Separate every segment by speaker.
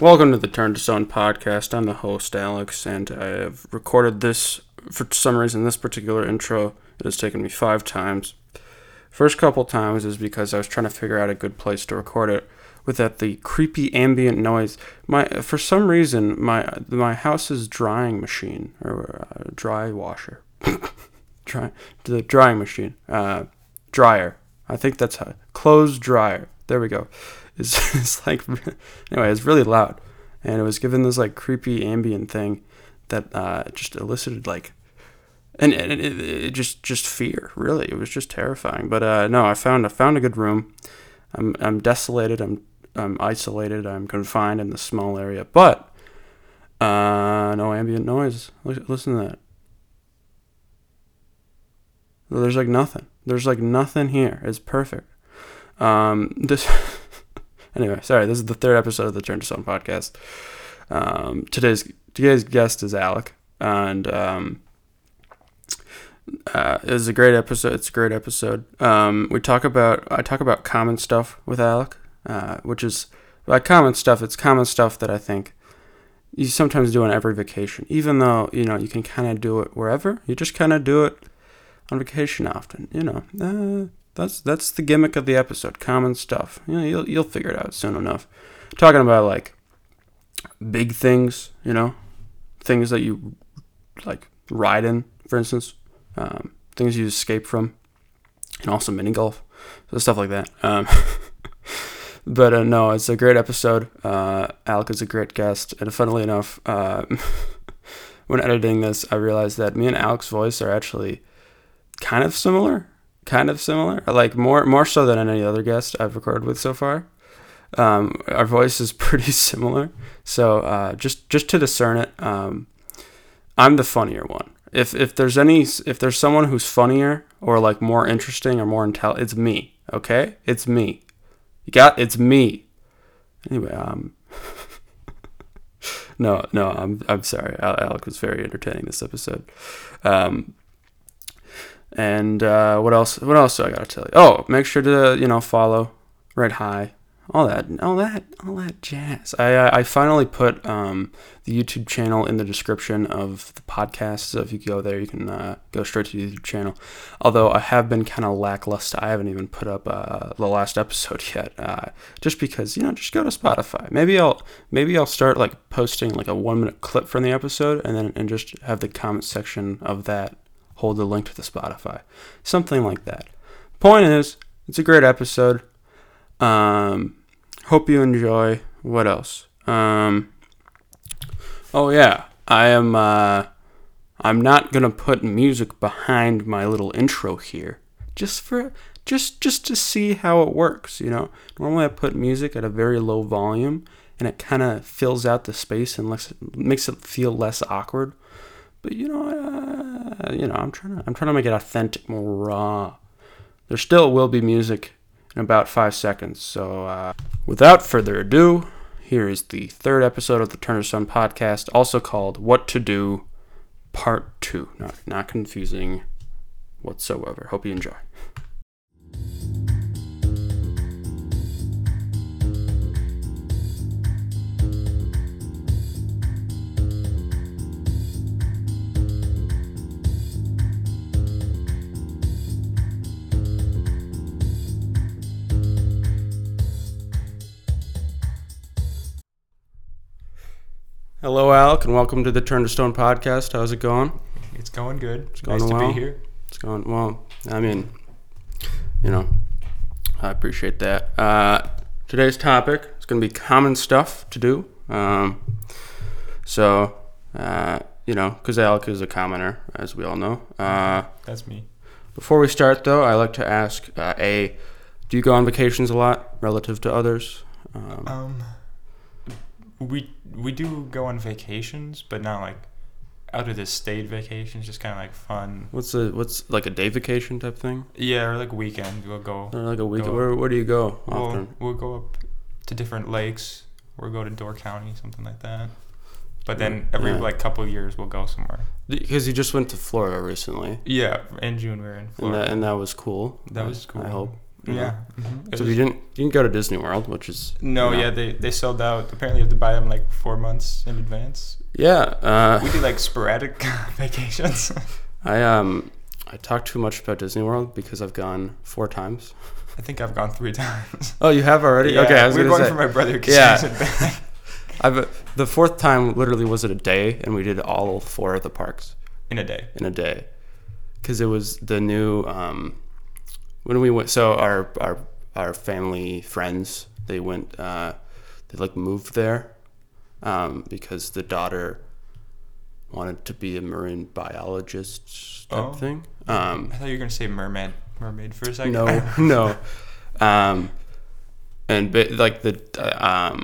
Speaker 1: Welcome to the Turn to Stone podcast. I'm the host, Alex, and I have recorded this for some reason. This particular intro it has taken me five times. First couple times is because I was trying to figure out a good place to record it without the creepy ambient noise. My for some reason my my house's drying machine or uh, dry washer, dry the drying machine, uh, dryer. I think that's how clothes dryer. There we go. It's, it's like anyway, it's really loud, and it was given this like creepy ambient thing that uh, just elicited like and, and it, it, it just just fear really it was just terrifying but uh, no i found i found a good room i'm i'm desolated i'm i'm isolated i'm confined in this small area but uh no ambient noise Li- listen to that there's like nothing there's like nothing here it's perfect um this anyway sorry this is the third episode of the turn to Stone podcast um today's today's guest is alec and um uh, it was a great episode. It's a great episode. Um, we talk about I talk about common stuff with Alec, uh, which is by common stuff. It's common stuff that I think you sometimes do on every vacation, even though you know you can kind of do it wherever. You just kind of do it on vacation often. You know, uh, that's that's the gimmick of the episode. Common stuff. You know, you'll you'll figure it out soon enough. Talking about like big things. You know, things that you like ride in, for instance um, things you escape from, and also mini golf, so stuff like that. Um, but uh, no, it's a great episode. Uh, Alec is a great guest, and funnily enough, uh, when editing this, I realized that me and Alec's voice are actually kind of similar, kind of similar, like more more so than any other guest I've recorded with so far. Um, our voice is pretty similar, so uh, just just to discern it, um, I'm the funnier one. If if there's any if there's someone who's funnier or like more interesting or more intelligent, it's me. Okay, it's me. You got it's me. Anyway, um, no, no, I'm I'm sorry. Al- Alec was very entertaining this episode. Um, and uh, what else? What else do I gotta tell you? Oh, make sure to you know follow, rate high, all that, all that, all that jazz. I uh, I finally put um, the YouTube channel in the description of the podcast, so if you go there, you can uh, go straight to the YouTube channel. Although I have been kind of lackluster, I haven't even put up uh, the last episode yet, uh, just because you know, just go to Spotify. Maybe I'll maybe I'll start like posting like a one minute clip from the episode, and then and just have the comment section of that hold the link to the Spotify, something like that. Point is, it's a great episode. Um, hope you enjoy. What else? Um, oh yeah, I am. Uh, I'm not gonna put music behind my little intro here, just for just just to see how it works. You know, normally I put music at a very low volume, and it kind of fills out the space and lets, makes it feel less awkward. But you know, uh, you know, I'm trying to I'm trying to make it authentic, more raw. There still will be music in about five seconds. So, uh, without further ado, here is the third episode of the Turner Stone podcast, also called "What to Do," Part Two. Not not confusing whatsoever. Hope you enjoy. Hello, Alec, and welcome to the Turn to Stone podcast. How's it going?
Speaker 2: It's going good. It's
Speaker 1: going
Speaker 2: nice to
Speaker 1: well.
Speaker 2: be here.
Speaker 1: It's going well. I mean, you know, I appreciate that. Uh, today's topic is going to be common stuff to do. Um, so, uh, you know, because Alec is a commoner, as we all know. Uh,
Speaker 2: That's me.
Speaker 1: before we start, though, I like to ask: uh, A, do you go on vacations a lot relative to others? Um,
Speaker 2: Um, we we do go on vacations, but not like out of the state vacations. Just kind of like fun.
Speaker 1: what's a what's like a day vacation type thing,
Speaker 2: Yeah, or like weekend. We'll go.
Speaker 1: or like a week?
Speaker 2: Go-
Speaker 1: Where, where do you go often?
Speaker 2: We'll, we'll go up to different lakes. We'll go to Door County, something like that. But then every
Speaker 1: Yeah.
Speaker 2: like couple of years, we'll go somewhere.
Speaker 1: Because you just went to Florida recently,
Speaker 2: Yeah, in June we were in
Speaker 1: and
Speaker 2: Florida.
Speaker 1: that, and that was cool.
Speaker 2: that was cool.
Speaker 1: I hope. you know?
Speaker 2: Yeah. mhm. It
Speaker 1: So if
Speaker 2: was-
Speaker 1: you didn't you didn't go to Disney World, which is
Speaker 2: no,
Speaker 1: you know-
Speaker 2: yeah, they, they sold out. Apparently, you have to buy them like four months in advance.
Speaker 1: yeah. Uh,
Speaker 2: We do like sporadic vacations.
Speaker 1: I um I talk too much about Disney World because I've gone four times.
Speaker 2: I think I've gone three times.
Speaker 1: Oh, you have already?
Speaker 2: Yeah,
Speaker 1: okay, I was
Speaker 2: we were
Speaker 1: gonna
Speaker 2: going
Speaker 1: say.
Speaker 2: for my brother because
Speaker 1: Yeah.
Speaker 2: he wasn't back.
Speaker 1: I've uh, the fourth time literally was in a day, and we did all four of the parks
Speaker 2: in a day.
Speaker 1: in a day, because it was the new um when we went. So our our our family friends they went uh they like moved there um because the daughter wanted to be a marine biologist type
Speaker 2: Oh.
Speaker 1: thing um
Speaker 2: I thought you were gonna say mermaid, mermaid for a second.
Speaker 1: no, no. Um, and ba- like the uh, um,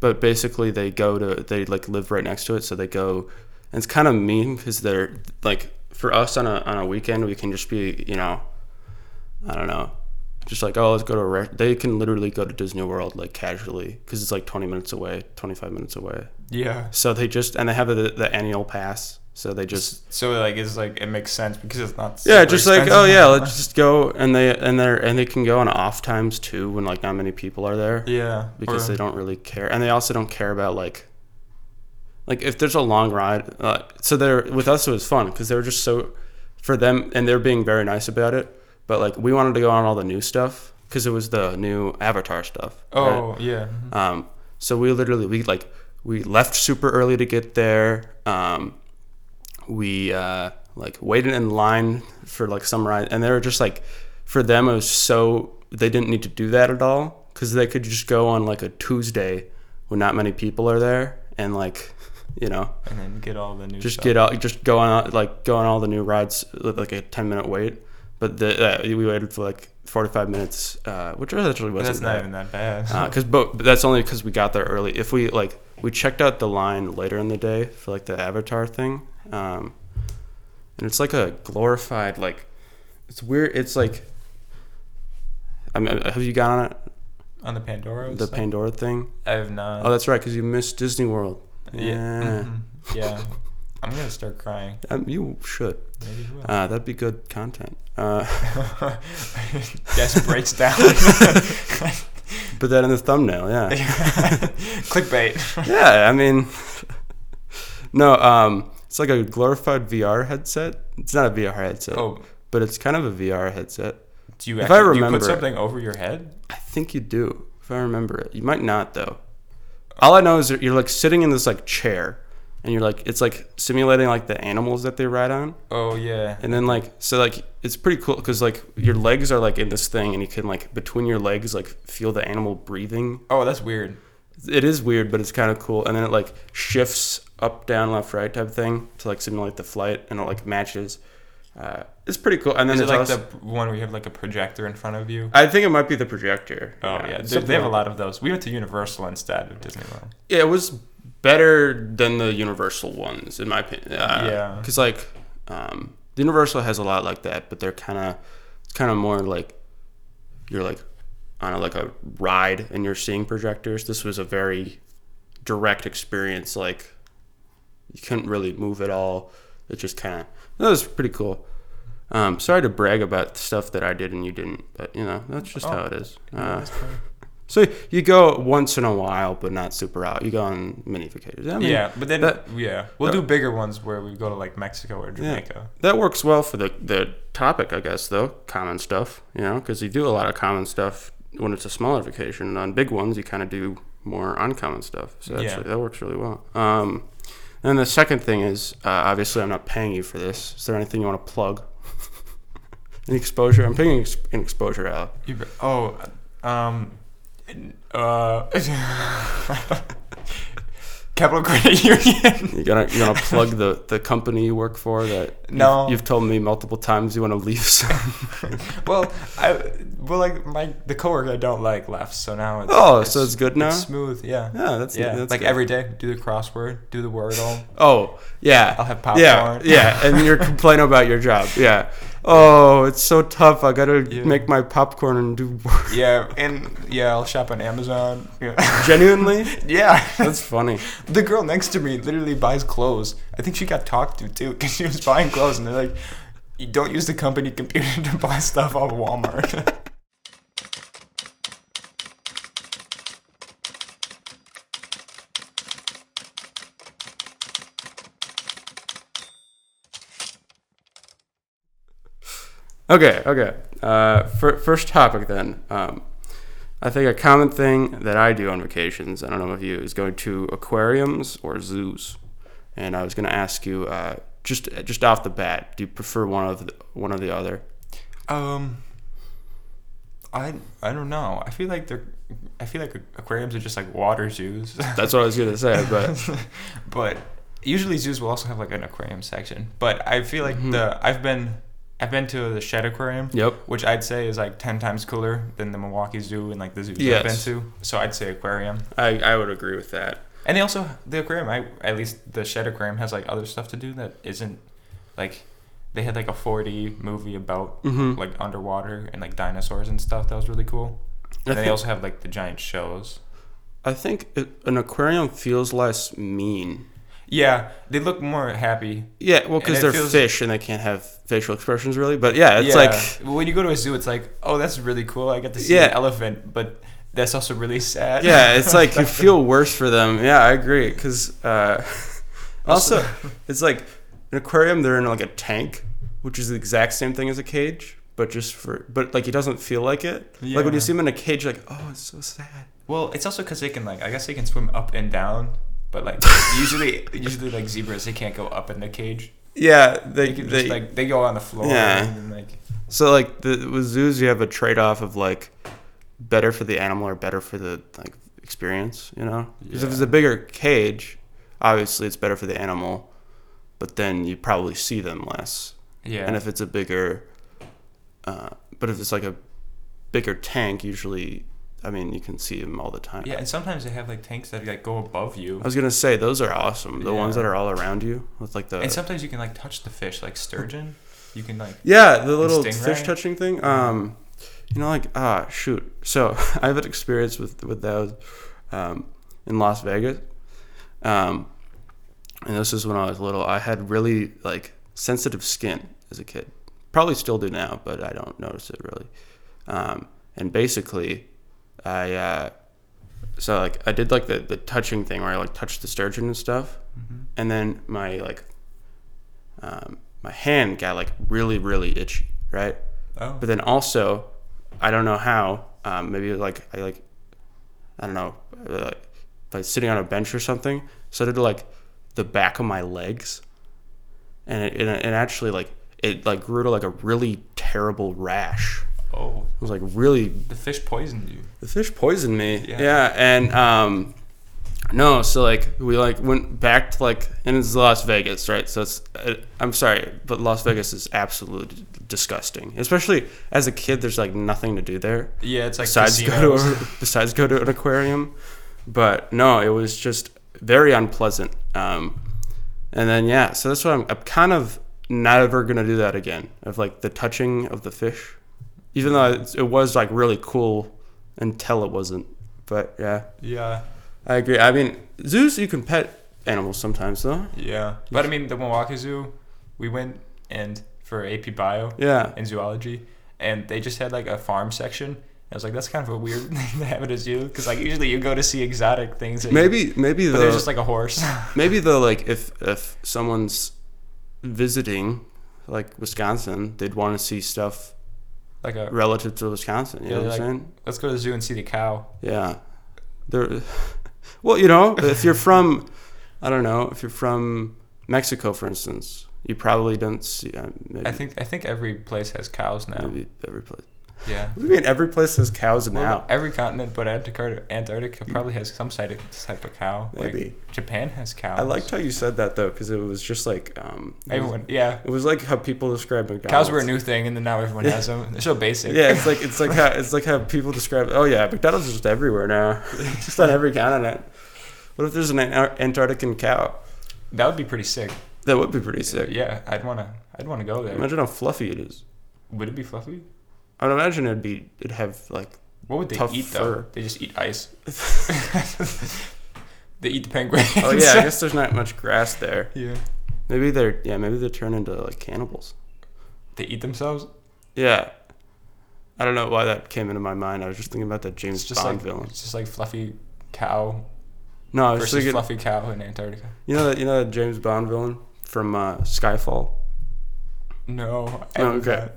Speaker 1: but basically they go to they like live right next to it, so they go, and it's kind of mean because they're like for us on a on a weekend we can just be you know, I don't know. Just like oh, let's go to a rest. They can literally go to Disney World like casually because it's like twenty minutes away, twenty five minutes away.
Speaker 2: Yeah.
Speaker 1: So they just and they have the, the annual pass, so they just
Speaker 2: So like it's like it makes sense because it's not.
Speaker 1: yeah,
Speaker 2: super
Speaker 1: just like oh
Speaker 2: expensive.
Speaker 1: yeah, let's just go and they and they are and they can go on off times too when like not many people are there
Speaker 2: Yeah.
Speaker 1: because
Speaker 2: or-
Speaker 1: they don't really care and they also don't care about like like if there's a long ride. Uh, so they're with us it was fun because they were just so for them and they're being very nice about it. But like we wanted to go on all the new stuff because it was the new Avatar stuff. right?
Speaker 2: Oh yeah.
Speaker 1: Um, so we literally we like we left super early to get there. Um, we uh, like waited in line for like some ride, and they were just like, for them it was so they didn't need to do that at all because they could just go on like a Tuesday when not many people are there, and like, you know,
Speaker 2: And then get all the new.
Speaker 1: just
Speaker 2: stuff.
Speaker 1: get out, just go on like go on all the new rides with like a ten minute wait. But the, uh, we waited for like forty five minutes, uh, which actually wasn't
Speaker 2: That's
Speaker 1: bad
Speaker 2: not even that bad.
Speaker 1: because Uh, but that's only because we got there early. If we like, we checked out the line later in the day for like the Avatar thing, um, and it's like a glorified like, it's weird. It's like, I mean, have you gone on it,
Speaker 2: On the Pandora.
Speaker 1: the Pandora thing?
Speaker 2: I have not.
Speaker 1: Oh, that's right, because you missed Disney World.
Speaker 2: yeah.
Speaker 1: Yeah,
Speaker 2: mhm, yeah. I'm gonna start crying.
Speaker 1: Um, you should.
Speaker 2: Maybe you will.
Speaker 1: Uh, that'd be good content. Uh,
Speaker 2: Jess breaks down.
Speaker 1: put that in the thumbnail. Yeah.
Speaker 2: Clickbait.
Speaker 1: yeah, I mean, no, um, it's like a glorified VR headset. It's not a VR headset,
Speaker 2: Oh,
Speaker 1: but it's kind of a VR headset.
Speaker 2: do you
Speaker 1: If
Speaker 2: actually
Speaker 1: I
Speaker 2: do you
Speaker 1: remember
Speaker 2: put something over your head?
Speaker 1: I think you do, if I remember it. You might not though. All I know is that you're like sitting in this like chair, and you're like it's like simulating like the animals that they ride on,
Speaker 2: Oh yeah.
Speaker 1: and then like so like it's pretty cool because like your legs are like in this thing, and you can like between your legs like feel the animal breathing.
Speaker 2: Oh, that's weird.
Speaker 1: it is weird, but it's kind of cool. And then it like shifts up, down, left, right type thing to like simulate the flight, and it like matches. Uh, it's pretty cool. And then
Speaker 2: Is it
Speaker 1: it's
Speaker 2: like
Speaker 1: also,
Speaker 2: the p- one where you have like a projector in front of you?
Speaker 1: I think it might be the projector.
Speaker 2: Oh yeah, they,
Speaker 1: Uh, Something
Speaker 2: they have a
Speaker 1: like-
Speaker 2: lot of those. We went to Universal instead of Disney World.
Speaker 1: Yeah, it was better than the Universal ones, in my opinion. Uh,
Speaker 2: Yeah.
Speaker 1: because like um, the Universal has a lot like that, but they're kind of it's kind of more like you're like on a, like a ride and you're seeing projectors. This was a very direct experience. Like you couldn't really move at all. It just kind of that was pretty cool. Um, sorry to brag about stuff that I did and you didn't, but you know that's just how
Speaker 2: Oh.
Speaker 1: it is.
Speaker 2: Yeah,
Speaker 1: Uh,
Speaker 2: that's pretty-
Speaker 1: so you go once in a while, but not super out. You go on mini vacations. I mean,
Speaker 2: yeah, but then
Speaker 1: that-
Speaker 2: yeah, we'll
Speaker 1: that-
Speaker 2: do bigger ones where we go to like Mexico or Jamaica.
Speaker 1: that works well for the the topic, I guess, though. Common stuff, you know, because you do a lot of common stuff when it's a smaller vacation. And on big ones, you kind of do more uncommon stuff. So
Speaker 2: Yeah.
Speaker 1: actually, that works really well. Um, and the second thing is, uh, obviously, I'm not paying you for this. Is there anything you want to plug? Any exposure? I'm paying ex- an exposure out.
Speaker 2: You be- oh, um, uh, Capital Credit Union.
Speaker 1: You gonna you gonna plug the the company you work for that you've-
Speaker 2: No.
Speaker 1: you've, told me multiple times you want to leave. So.
Speaker 2: well, I well like my the coworker I don't like left, so now it's
Speaker 1: Oh, so it's good now.
Speaker 2: it's smooth. Yeah,
Speaker 1: yeah, that's
Speaker 2: yeah.
Speaker 1: That's
Speaker 2: like
Speaker 1: good.
Speaker 2: every day, do the crossword, do the wordle.
Speaker 1: Oh yeah.
Speaker 2: I'll have popcorn.
Speaker 1: Yeah, yeah, and you're complaining about your job. Yeah. Oh, it's so tough. I gotta
Speaker 2: Yeah.
Speaker 1: make my popcorn and do work.
Speaker 2: yeah, and yeah, I'll shop on Amazon. Yeah.
Speaker 1: Genuinely,
Speaker 2: Yeah,
Speaker 1: that's funny.
Speaker 2: the girl next to me literally buys clothes. I think she got talked to too because she was buying clothes, and they're like, You don't use the company computer to buy stuff off Walmart.
Speaker 1: Okay, okay. Uh, fir- first topic then. Um, I think a common thing that I do on vacations, I don't know if you, is going to aquariums or zoos. And I was going to ask you, uh, just just off the bat, do you prefer one of the, one or the other?
Speaker 2: Um, I I don't know. I feel like they're. I feel like aquariums are just like water zoos,
Speaker 1: That's what I was going to say, but
Speaker 2: but usually zoos will also have like an aquarium section. But I feel like
Speaker 1: Mhm.
Speaker 2: the I've been I've been to the Shed Aquarium,
Speaker 1: yep.
Speaker 2: which I'd say is like ten times cooler than the Milwaukee Zoo and like the zoos I've been
Speaker 1: Yes.
Speaker 2: to. So I'd say aquarium.
Speaker 1: I, I would agree with that.
Speaker 2: And they also the aquarium. I at least the Shed Aquarium has like other stuff to do that isn't like they had like a 4D movie about
Speaker 1: Mhm.
Speaker 2: like underwater and like dinosaurs and stuff. That was really cool.
Speaker 1: I
Speaker 2: And they
Speaker 1: think,
Speaker 2: also have like the giant shows.
Speaker 1: I think it, an aquarium feels less mean.
Speaker 2: Yeah, they look more happy.
Speaker 1: Yeah, well,
Speaker 2: And
Speaker 1: because
Speaker 2: it
Speaker 1: they're
Speaker 2: feels-
Speaker 1: fish and they can't have facial expressions really. But yeah, it's
Speaker 2: yeah.
Speaker 1: like
Speaker 2: when you go to a zoo, it's like, oh, that's really cool. I get to see
Speaker 1: Yeah.
Speaker 2: an elephant, but that's also really sad.
Speaker 1: yeah, it's like you feel worse for them. Yeah, I agree. Because uh, also, it's like an aquarium. They're in like a tank, which is the exact same thing as a cage, but just for but like he doesn't feel like it. Like when
Speaker 2: Yeah.
Speaker 1: you see him in a cage, you're like oh, it's so sad.
Speaker 2: Well, it's also because they can like I guess they can swim up and down, but like usually usually like zebras they can't go up in the cage.
Speaker 1: Yeah,
Speaker 2: They,
Speaker 1: they,
Speaker 2: can
Speaker 1: they
Speaker 2: just like they go on the floor.
Speaker 1: Yeah.
Speaker 2: And, like
Speaker 1: so like the, with zoos you have a trade off of like better for the animal or better for the like experience. You know, because if it's
Speaker 2: Yeah.
Speaker 1: a bigger cage, obviously it's better for the animal, but then you probably see them less.
Speaker 2: yeah.
Speaker 1: and if it's a bigger uh, but if it's like a bigger tank usually i mean you can see them all the time
Speaker 2: yeah, and sometimes they have like tanks that like go above you.
Speaker 1: i was gonna say those are awesome the ones
Speaker 2: Yeah.
Speaker 1: that are all around you with like the
Speaker 2: and sometimes you can like touch the fish, like sturgeon. You can like
Speaker 1: yeah the little
Speaker 2: stingray?
Speaker 1: fish touching thing um you know like ah shoot so i have an experience with with those um in las vegas um and this is when i was little i had really like sensitive skin as a kid probably still do now, but I don't notice it really. Um, and basically, I uh, so like I did like the the touching thing where I like touched the sturgeon and stuff,
Speaker 2: Mhm.
Speaker 1: and then my like um, my hand got like really really itchy, right?
Speaker 2: oh
Speaker 1: But then also, I don't know how. Um, maybe like I like, I don't know, uh, like sitting on a bench or something. So I did like the back of my legs, and it, and it actually like it like grew to like a really terrible rash.
Speaker 2: oh
Speaker 1: It was like really
Speaker 2: the fish poisoned you.
Speaker 1: the fish poisoned me.
Speaker 2: Yeah.
Speaker 1: Yeah. and um, no, so like we like went back to like and it's Las Vegas, right? So it's uh, I'm sorry, but Las Vegas is absolutely disgusting. Especially as a kid, there's like nothing to do there
Speaker 2: Yeah, it's like
Speaker 1: besides go to a, besides go to an aquarium. But no, it was just very unpleasant. Um, and then yeah, so that's why I'm, I'm kind of never gonna do that again. Of like the touching of the fish, even though it's- it was like really cool until it wasn't. But yeah,
Speaker 2: yeah,
Speaker 1: I agree. I mean, zoos you can pet animals sometimes though.
Speaker 2: yeah. But I mean, the Milwaukee Zoo, we went and for AP Bio
Speaker 1: Yeah,
Speaker 2: and zoology, and they just had like a farm section. I was like, that's kind of a weird thing to have at a zoo, because like usually you go to see exotic things. that you-
Speaker 1: maybe maybe
Speaker 2: but there's
Speaker 1: the
Speaker 2: just like a horse.
Speaker 1: Maybe though, like if if someone's visiting, like Wisconsin, they'd want to see stuff
Speaker 2: like a
Speaker 1: relative to Wisconsin. You
Speaker 2: Yeah,
Speaker 1: know what I'm
Speaker 2: like-
Speaker 1: saying?
Speaker 2: let's go to the zoo and see the cow.
Speaker 1: Yeah. There. Well, you know, if you're from, I don't know, if you're from Mexico, for instance, you probably don't see. Uh, maybe,
Speaker 2: I think I think every place has cows now.
Speaker 1: maybe every place.
Speaker 2: Yeah.
Speaker 1: What do you mean every place has cows
Speaker 2: Well,
Speaker 1: now? Mm.
Speaker 2: every continent, but Antarctica, Antarctica probably has some side of- type of cow. Like,
Speaker 1: Maybe.
Speaker 2: Japan has cows.
Speaker 1: I liked how you said that though, because it was just like um, it was-
Speaker 2: everyone. Yeah,
Speaker 1: It was like how people describe McDonald's.
Speaker 2: cows were a new thing, and then now everyone
Speaker 1: Yeah.
Speaker 2: has them. They're so basic.
Speaker 1: Yeah, it's like it's like how it's like how people describe. Oh yeah, McDonald's is just everywhere now. It's just on every continent. What if there's an Antar- Antarctican cow?
Speaker 2: that would be pretty sick.
Speaker 1: That would be pretty sick.
Speaker 2: Yeah, I'd wanna, I'd wanna go there.
Speaker 1: Imagine how fluffy it is.
Speaker 2: Would it be fluffy?
Speaker 1: I would imagine it'd be it'd have like
Speaker 2: What would they
Speaker 1: Tough
Speaker 2: eat
Speaker 1: fur.
Speaker 2: though? They just eat ice. they eat the penguins.
Speaker 1: oh yeah, I guess there's not much grass there.
Speaker 2: yeah.
Speaker 1: Maybe they're yeah maybe they turn into like cannibals.
Speaker 2: They eat themselves.
Speaker 1: Yeah. I don't know why that came into my mind. I was just thinking about that James
Speaker 2: It's just
Speaker 1: Bond
Speaker 2: like
Speaker 1: villain.
Speaker 2: it's just like fluffy cow
Speaker 1: No, I was just
Speaker 2: versus
Speaker 1: thinking.
Speaker 2: fluffy cow in Antarctica.
Speaker 1: You know that you know that James Bond villain from uh, Skyfall.
Speaker 2: No. I
Speaker 1: Oh,
Speaker 2: don't
Speaker 1: okay.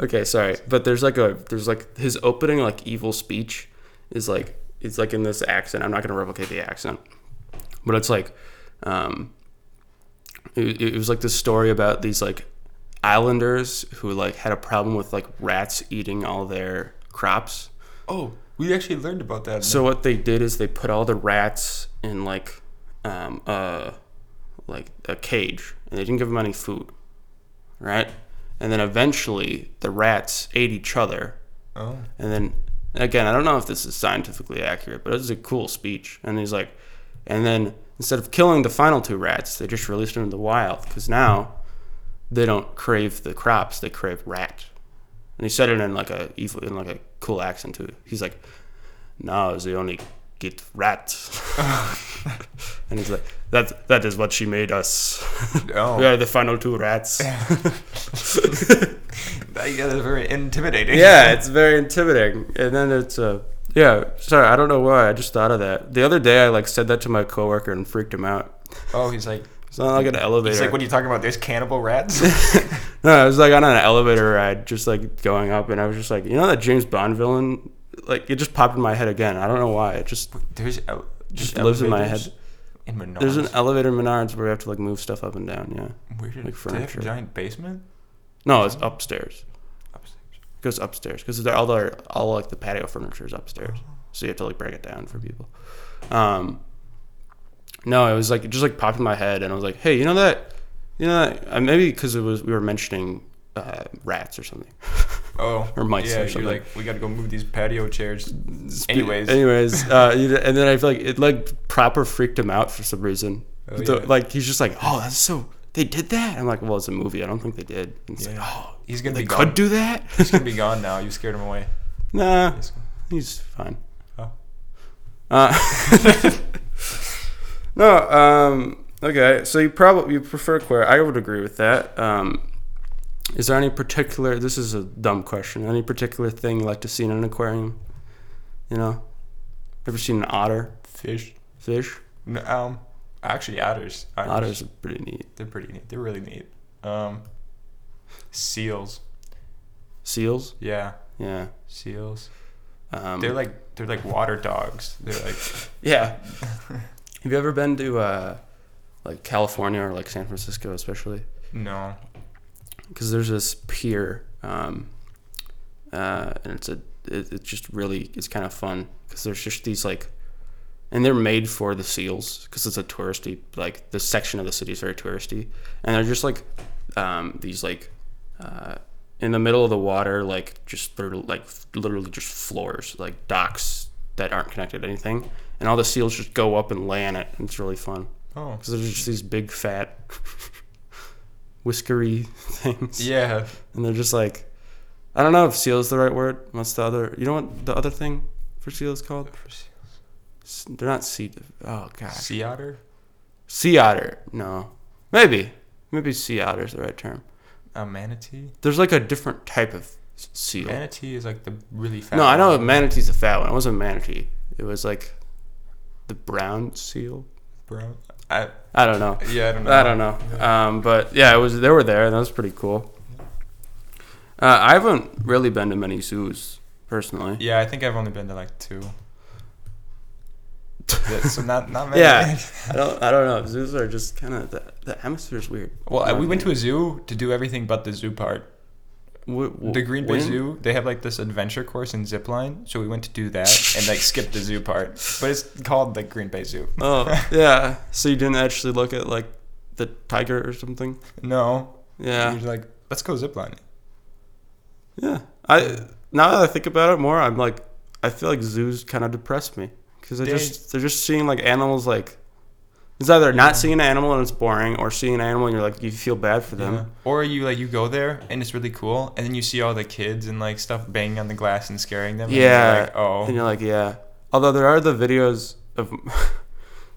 Speaker 1: Okay, sorry, but there's like a there's like his opening like evil speech is like it's like in this accent. I'm not gonna replicate the accent, but it's like, um, it, it was like this story about these like islanders who like had a problem with like rats eating all their crops.
Speaker 2: Oh, we actually learned about that. in
Speaker 1: So what they did is they put all the rats in like, um, uh, like a cage, and they didn't give them any food, right? And then eventually the rats ate each other,
Speaker 2: the- oh.
Speaker 1: and then again, I don't know if this is scientifically accurate, but it's a cool speech. And he's like, and then instead of killing the final two rats, they just released them into the wild because now they don't crave the crops; they crave rat. And he said it in like a evil, in like a cool accent too. He's like, "Now they only get rat," and he's like, "That that is what she made us.
Speaker 2: Oh.
Speaker 1: we are the final two rats."
Speaker 2: That, yeah, that's very intimidating.
Speaker 1: yeah, it's very intimidating. And then it's uh, yeah. Sorry, I don't know why. I just thought of that. The other day, I like said that to my coworker and freaked him out.
Speaker 2: Oh, he's like,
Speaker 1: It's not like an elevator.
Speaker 2: he's like, what are you talking about? There's cannibal rats.
Speaker 1: no, I was like on an elevator ride, just like going up, and I was just like, you know that James Bond villain? Like it just popped in my head again. I don't know why. It just
Speaker 2: There's el-
Speaker 1: Just
Speaker 2: there's
Speaker 1: lives in my
Speaker 2: elevators
Speaker 1: head.
Speaker 2: In Menards.
Speaker 1: there's an elevator in Menards where we have to like move stuff up and down. Yeah.
Speaker 2: Where did,
Speaker 1: like
Speaker 2: do they have
Speaker 1: furniture.
Speaker 2: a giant basement?
Speaker 1: No, it's upstairs.
Speaker 2: Upstairs.
Speaker 1: It goes upstairs because they're all their all like the patio furniture is upstairs,
Speaker 2: Uh-huh.
Speaker 1: so you have to like break it down for people. Um, no, it was like it just like popped in my head, and I was like, hey, you know that, you know that, uh, maybe because it was we were mentioning uh, rats or something.
Speaker 2: Oh,
Speaker 1: Or mice or
Speaker 2: yeah,
Speaker 1: something.
Speaker 2: You're like, we got to go move these patio chairs. Anyways,
Speaker 1: anyways, uh, you know, and then I feel like it like proper freaked him out for some reason.
Speaker 2: Oh,
Speaker 1: The-
Speaker 2: yeah.
Speaker 1: Like he's just like, oh, that's so they did that. I'm like, well, it's a movie. I don't think they did. And it's like,
Speaker 2: Yeah.
Speaker 1: oh,
Speaker 2: he's gonna
Speaker 1: they
Speaker 2: be
Speaker 1: could
Speaker 2: gone.
Speaker 1: do that.
Speaker 2: he's gonna be gone now. You scared him away.
Speaker 1: nah,
Speaker 2: He's gone.
Speaker 1: he's fine.
Speaker 2: Oh.
Speaker 1: Uh, no, um, okay. So you probably you prefer queer. I would agree with that. Um, is there any particular? This is a dumb question. Any particular thing you like to see in an aquarium? You know, ever seen an otter
Speaker 2: Fish.
Speaker 1: fish?
Speaker 2: No, um, actually, otters.
Speaker 1: Otters are pretty neat.
Speaker 2: They're pretty neat. They're really neat. Um, seals.
Speaker 1: Seals,
Speaker 2: Yeah,
Speaker 1: yeah.
Speaker 2: seals.
Speaker 1: Um,
Speaker 2: they're like they're like water dogs. They're like
Speaker 1: yeah. Have you ever been to uh, like California or like San Francisco, especially?
Speaker 2: no.
Speaker 1: because there's this pier, um, uh, and it's a it, it's just really it's kind of fun because there's just these like, and they're made for the seals because it's a touristy like the section of the city is very touristy, and they're just like um, these like uh, in the middle of the water like just they're like literally just floors like docks that aren't connected to anything, and all the seals just go up and lay on it, and it's really fun
Speaker 2: Oh.
Speaker 1: because there's just these big fat. Whiskery things
Speaker 2: Yeah.
Speaker 1: and they're just like I don't know if seal is the right word. What's the other? You know what the other thing for seal is called? S- They're not sea. Oh gosh,
Speaker 2: Sea otter.
Speaker 1: sea otter. No, maybe maybe sea otter is the right term.
Speaker 2: A manatee.
Speaker 1: There's like a different type of s- seal.
Speaker 2: Manatee is like the really fat.
Speaker 1: no, I know
Speaker 2: one.
Speaker 1: manatee's a fat one. It wasn't manatee. It was like the brown seal.
Speaker 2: bro. I
Speaker 1: I don't know.
Speaker 2: yeah. I don't know.
Speaker 1: I don't know. Um, but yeah, it was they were there. and That was pretty cool. Uh, I haven't really been to many zoos personally.
Speaker 2: Yeah, I think I've only been to like two. Yeah, so not not many.
Speaker 1: Yeah. I don't. I don't know. Zoos are just kind of the the atmosphere's weird.
Speaker 2: Well, I- we went to a zoo to do everything but the zoo part.
Speaker 1: W- w-
Speaker 2: The Green Bay
Speaker 1: when?
Speaker 2: Zoo, they have like this adventure course and zip line, so we went to do that and like skip the zoo part. But it's called the Green Bay Zoo.
Speaker 1: Oh yeah. So you didn't actually look at like the tiger or something?
Speaker 2: No,
Speaker 1: Yeah.
Speaker 2: You're like, let's go ziplining.
Speaker 1: Yeah. I now that I think about it more, I'm like, I feel like zoos kind of depress me because they're
Speaker 2: They-
Speaker 1: just they're just seeing like animals like. It's either not seeing an animal and it's boring, or seeing an animal and you're like you feel bad for them.
Speaker 2: Or you like you go there and it's really cool, and then you see all the kids and like stuff banging on the glass and scaring them. and you're
Speaker 1: Yeah.
Speaker 2: like, oh.
Speaker 1: And you're like, yeah. Although there are the videos of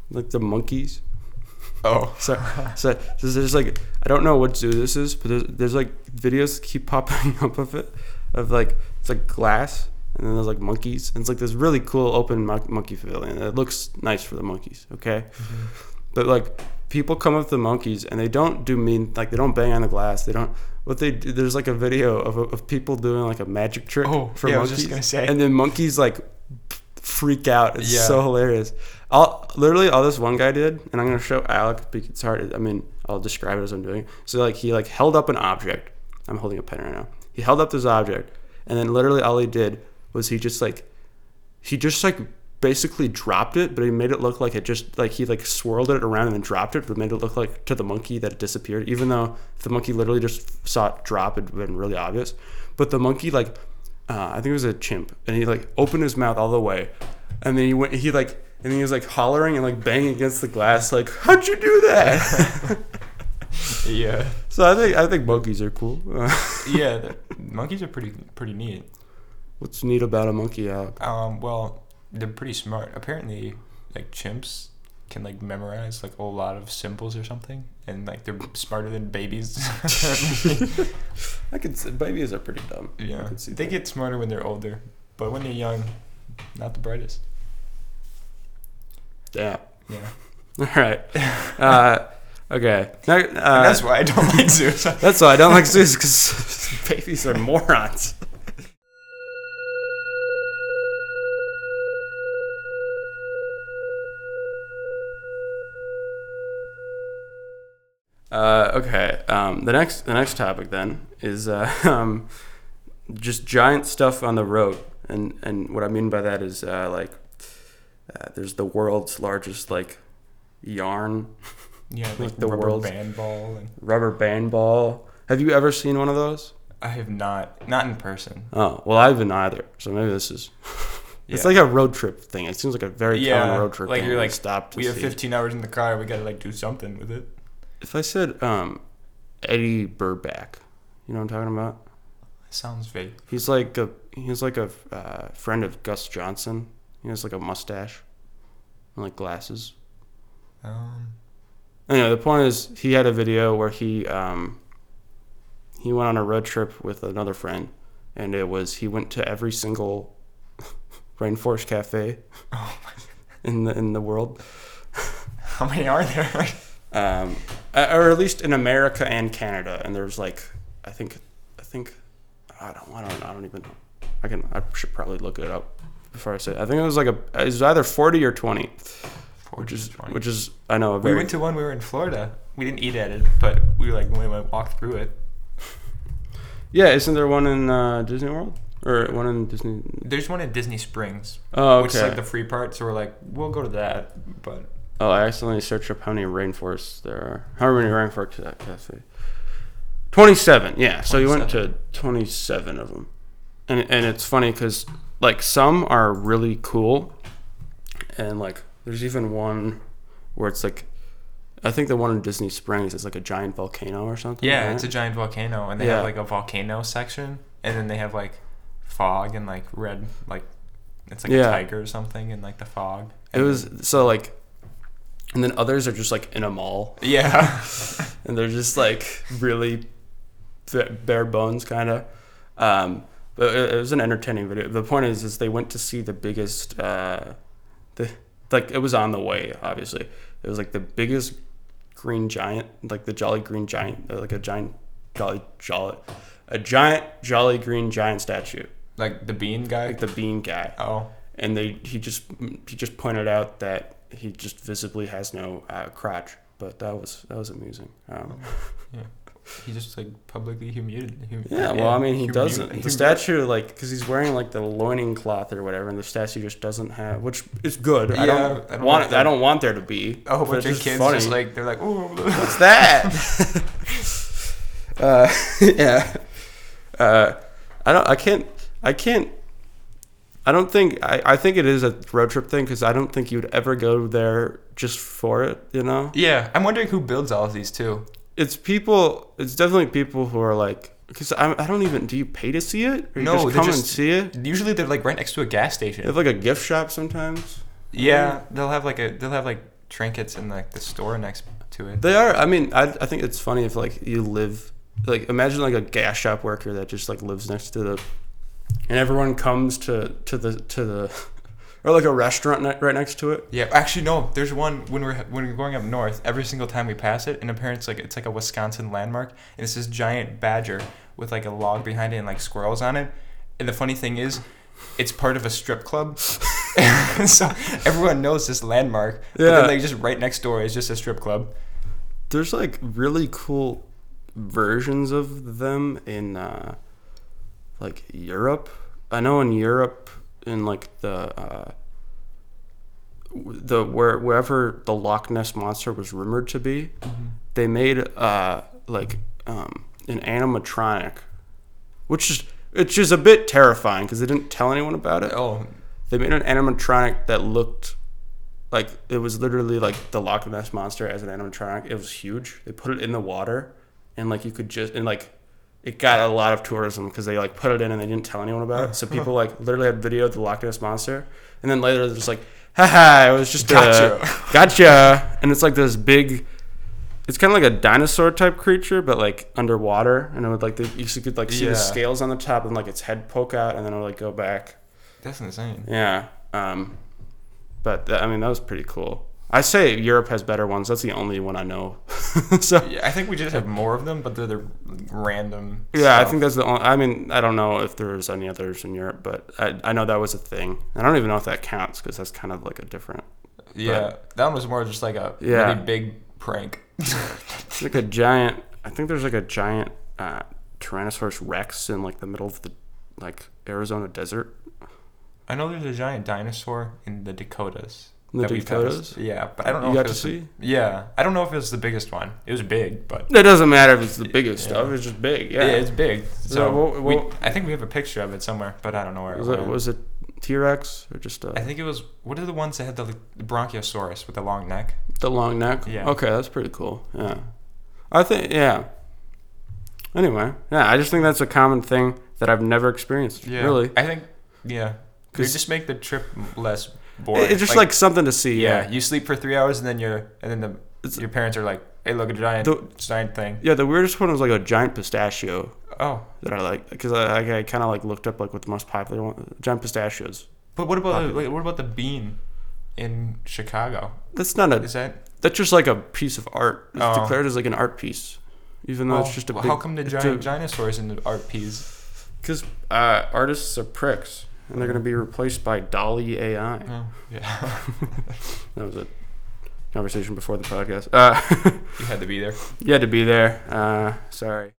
Speaker 1: like the monkeys
Speaker 2: Oh.
Speaker 1: Sorry. So there's, there's like I don't know what zoo this is, but there's, there's like videos keep popping up of it, of like it's like glass, and then there's like monkeys, and it's like this really cool open mon- monkey pavilion. It looks nice for the monkeys, okay?
Speaker 2: Mm-hmm.
Speaker 1: But like people come up to the monkeys and they don't do mean like they don't bang on the glass. They don't. What they do, there's like a video of of people doing like a magic trick
Speaker 2: Oh,
Speaker 1: for
Speaker 2: yeah, I was
Speaker 1: monkeys,
Speaker 2: just gonna say.
Speaker 1: and then monkeys like freak out. It's
Speaker 2: Yeah.
Speaker 1: so hilarious. I'll literally all this one guy did, and I'm gonna show Alec because it's hard. I mean, I'll describe it as I'm doing. So like he like held up an object. I'm holding a pen right now. He held up this object, and then literally all he did was he just like he just like basically dropped it, but he made it look like it just like he like swirled it around and then dropped it, but made it look like to the monkey that it disappeared, even though if the monkey literally just saw it drop, it would have been really obvious. But the monkey like uh, I think it was a chimp, and he like opened his mouth all the way, and then he went he like and he was like hollering and like banging against the glass like how'd you do that?
Speaker 2: yeah.
Speaker 1: so I think I think monkeys are cool.
Speaker 2: Yeah. The monkeys are pretty pretty neat.
Speaker 1: What's neat about a monkey, uh, Alec?
Speaker 2: Um, well, they're pretty smart. Apparently, like chimps can like memorize like a lot of symbols or something, and like they're smarter than babies.
Speaker 1: I could see babies are pretty dumb. I
Speaker 2: yeah,
Speaker 1: could see
Speaker 2: they
Speaker 1: that.
Speaker 2: get smarter when they're older, but when they're young, not the brightest.
Speaker 1: yeah.
Speaker 2: Yeah,
Speaker 1: All right. Uh, okay. Now, uh,
Speaker 2: And that's why I don't like zoos.
Speaker 1: That's why I don't like zoos because babies are morons. Uh, okay. Um, the next the next topic then is uh, um, just giant stuff on the road, and and what I mean by that is uh, like uh, there's the world's largest like yarn
Speaker 2: Yeah, like,
Speaker 1: Like the
Speaker 2: rubber
Speaker 1: world's-
Speaker 2: band ball, and
Speaker 1: rubber band ball. Have you ever seen one of those?
Speaker 2: I have not, not in person.
Speaker 1: Oh, well, I haven't either. So maybe this is. It's
Speaker 2: Yeah.
Speaker 1: like a road trip thing. It seems like a very
Speaker 2: Yeah,
Speaker 1: common road trip.
Speaker 2: like
Speaker 1: thing.
Speaker 2: you're
Speaker 1: We
Speaker 2: like,
Speaker 1: stopped. To
Speaker 2: we have
Speaker 1: see.
Speaker 2: 15 hours in the car. We gotta like do something with it.
Speaker 1: If I said um, Eddie Burback, you know what I'm talking about?
Speaker 2: Sounds vague.
Speaker 1: He's like a he's like a uh, friend of Gus Johnson. He has like a mustache and like glasses.
Speaker 2: Um,
Speaker 1: Anyway, the point is he had a video where he um, he went on a road trip with another friend, and it was he went to every single rainforest cafe
Speaker 2: oh my,
Speaker 1: in the in the world.
Speaker 2: how many are there?
Speaker 1: um, uh, or at least in America and Canada. And there's like, I think, I think, I don't, I don't, I don't even. know. I can, I should probably look it up before I say. I think it was like a, it was either forty or twenty, which is, which is, I know, a
Speaker 2: We
Speaker 1: very.
Speaker 2: went to one. We were in Florida. We didn't eat at it, but we were like when we went walk through it.
Speaker 1: yeah, isn't there one in uh, Disney World or one in Disney?
Speaker 2: There's one at Disney Springs,
Speaker 1: Oh, okay.
Speaker 2: which is like the free part. So we're like, we'll go to that. But
Speaker 1: Oh, I accidentally searched up how many rainforests there are. How many rainforests did I can't see? Twenty-seven. Yeah. So you went to twenty-seven of them, and and it's funny because like some are really cool, and like there's even one where it's like, I think the one in Disney Springs is like a giant volcano or something.
Speaker 2: yeah,
Speaker 1: right?
Speaker 2: it's a giant volcano, and they
Speaker 1: Yeah.
Speaker 2: have like a volcano section, and then they have like fog and like red, like it's like
Speaker 1: Yeah.
Speaker 2: a tiger or something, and like the fog.
Speaker 1: It was so like, and then others are just like in a mall,
Speaker 2: Yeah.
Speaker 1: and they're just like really fa- bare bones kind of um, but it, it was an entertaining video the point is is they went to see the biggest uh, the like it was on the way obviously it was like the biggest green giant like the jolly green giant uh, like a giant jolly jolly a giant jolly green giant statue
Speaker 2: like the bean guy.
Speaker 1: like the bean guy
Speaker 2: oh.
Speaker 1: and they he just he just pointed out that he just visibly has no uh, crotch but that was that was amusing um,
Speaker 2: He just like publicly humiliated. hum-
Speaker 1: Yeah, well, I mean, he
Speaker 2: humili-
Speaker 1: doesn't. The
Speaker 2: humili-
Speaker 1: statue, like, because he's wearing like the loining cloth or whatever, and the statue just doesn't have, which is good. I
Speaker 2: Yeah,
Speaker 1: don't,
Speaker 2: I don't
Speaker 1: want.
Speaker 2: like
Speaker 1: it-
Speaker 2: that.
Speaker 1: I don't want there to be.
Speaker 2: oh, A whole
Speaker 1: but
Speaker 2: bunch
Speaker 1: it's
Speaker 2: of kids just like they're like, oh,
Speaker 1: what's that? uh, yeah. Uh, I don't. I can't. I can't. I don't think. I, I think it is a road trip thing because I don't think you'd ever go there just for it. You know.
Speaker 2: yeah. I'm wondering who builds all of these too.
Speaker 1: it's people. It's definitely people who are like, because I, I don't even. Do you pay to see it? Or you
Speaker 2: No,
Speaker 1: just
Speaker 2: they
Speaker 1: come and
Speaker 2: just-
Speaker 1: see it.
Speaker 2: Usually they're like right next to a gas
Speaker 1: They
Speaker 2: station.
Speaker 1: have like a gift shop sometimes.
Speaker 2: Yeah, they'll have like a they'll have like trinkets in like the store next to it.
Speaker 1: They are. I mean, I, I think it's funny if like you live, like imagine like a gas shop worker that just like lives next to the, and everyone comes to to the to the, or like a restaurant ne- right next to it.
Speaker 2: Yeah, actually, no. There's one when we're when we're going up north. Every single time we pass it, and apparently it's like it's like a Wisconsin landmark, and it's this giant badger with like a log behind it and like squirrels on it. And the funny thing is, it's part of a strip club, so everyone knows this landmark. But
Speaker 1: Yeah.
Speaker 2: then, like just right next door is just a strip club.
Speaker 1: There's like really cool versions of them in uh, like Europe. I know in Europe, in like the uh, the where wherever the Loch Ness monster was rumored to be, they made uh like um an animatronic, which is it's just a bit terrifying because they didn't tell anyone about it.
Speaker 2: Oh,
Speaker 1: They made an animatronic that looked like it was literally like the Loch Ness monster as an animatronic. It was huge. They put it in the water, and like you could just and like it got a lot of tourism because they like put it in and they didn't tell anyone about it. So people like literally had video of the Loch Ness monster, and then later they're just like, haha, it was just a
Speaker 2: Gotcha.
Speaker 1: gotcha, and it's like this big. It's kind of like a dinosaur type creature, but like underwater, and it would like the, you could like see
Speaker 2: Yeah.
Speaker 1: the scales on the top, and like its head poke out, and then it would like go back.
Speaker 2: that's insane.
Speaker 1: Yeah. Um, but th- I mean, that was pretty cool. I say Europe has better ones. That's the only one I know. so
Speaker 2: Yeah, I think we just have more of them, but they're the random.
Speaker 1: yeah, I
Speaker 2: stuff.
Speaker 1: think that's the only. I mean, I don't know if there's any others in Europe, but I, I know that was a thing. I don't even know if that counts because that's kind of like a different,
Speaker 2: Yeah, that one was more just like a
Speaker 1: Yeah.
Speaker 2: really big prank.
Speaker 1: it's like a giant. I think there's like a giant uh, Tyrannosaurus Rex in like the middle of the like Arizona desert.
Speaker 2: I know there's a giant dinosaur in the Dakotas.
Speaker 1: In the
Speaker 2: that we
Speaker 1: Dakotas?
Speaker 2: passed. Yeah, but I don't know.
Speaker 1: You
Speaker 2: if
Speaker 1: got
Speaker 2: it
Speaker 1: to
Speaker 2: was the-
Speaker 1: see.
Speaker 2: yeah, I don't know if it was the biggest one. It was big, but
Speaker 1: It doesn't matter if it's the biggest
Speaker 2: Yeah.
Speaker 1: stuff. It's just big.
Speaker 2: yeah,
Speaker 1: Yeah.
Speaker 2: it's big. So
Speaker 1: what-
Speaker 2: we-
Speaker 1: what-
Speaker 2: I think we have a picture of it somewhere, but I don't know where it
Speaker 1: was,
Speaker 2: went.
Speaker 1: it, was it T Rex or just a,
Speaker 2: I think it was. What are the ones that had the, like, the Bronchiosaurus with the long neck?
Speaker 1: The long neck.
Speaker 2: Yeah.
Speaker 1: Okay, that's pretty cool. Yeah. I think yeah. Anyway, yeah, I just think that's a common thing that I've never experienced. Really.
Speaker 2: I think. Yeah. They
Speaker 1: 'Cause-
Speaker 2: just make the trip less boring.
Speaker 1: It- It's just like, something to see.
Speaker 2: yeah,
Speaker 1: Yeah.
Speaker 2: you sleep for three hours and then you're and then the
Speaker 1: It's-
Speaker 2: your parents are like, hey, look at a giant
Speaker 1: The-
Speaker 2: giant thing.
Speaker 1: Yeah, the weirdest one was like a giant pistachio
Speaker 2: Oh,
Speaker 1: that I like because I, I, kind of like looked up like what the most popular one giant pistachios.
Speaker 2: but what about
Speaker 1: Popular.
Speaker 2: like, what about the bean in Chicago?
Speaker 1: That's not a
Speaker 2: Is that
Speaker 1: that's just like a piece of art. It's
Speaker 2: Oh.
Speaker 1: declared as like an art piece, even though
Speaker 2: Oh,
Speaker 1: it's just a
Speaker 2: well,
Speaker 1: big.
Speaker 2: how come the
Speaker 1: it's a-
Speaker 2: giant dinosaurs in the RPs?
Speaker 1: Because uh, artists are pricks, and they're gonna be replaced by Dolly AI.
Speaker 2: Oh, yeah,
Speaker 1: That was a conversation before the podcast. Uh,
Speaker 2: you had to be there.
Speaker 1: you had to be there. Uh, sorry.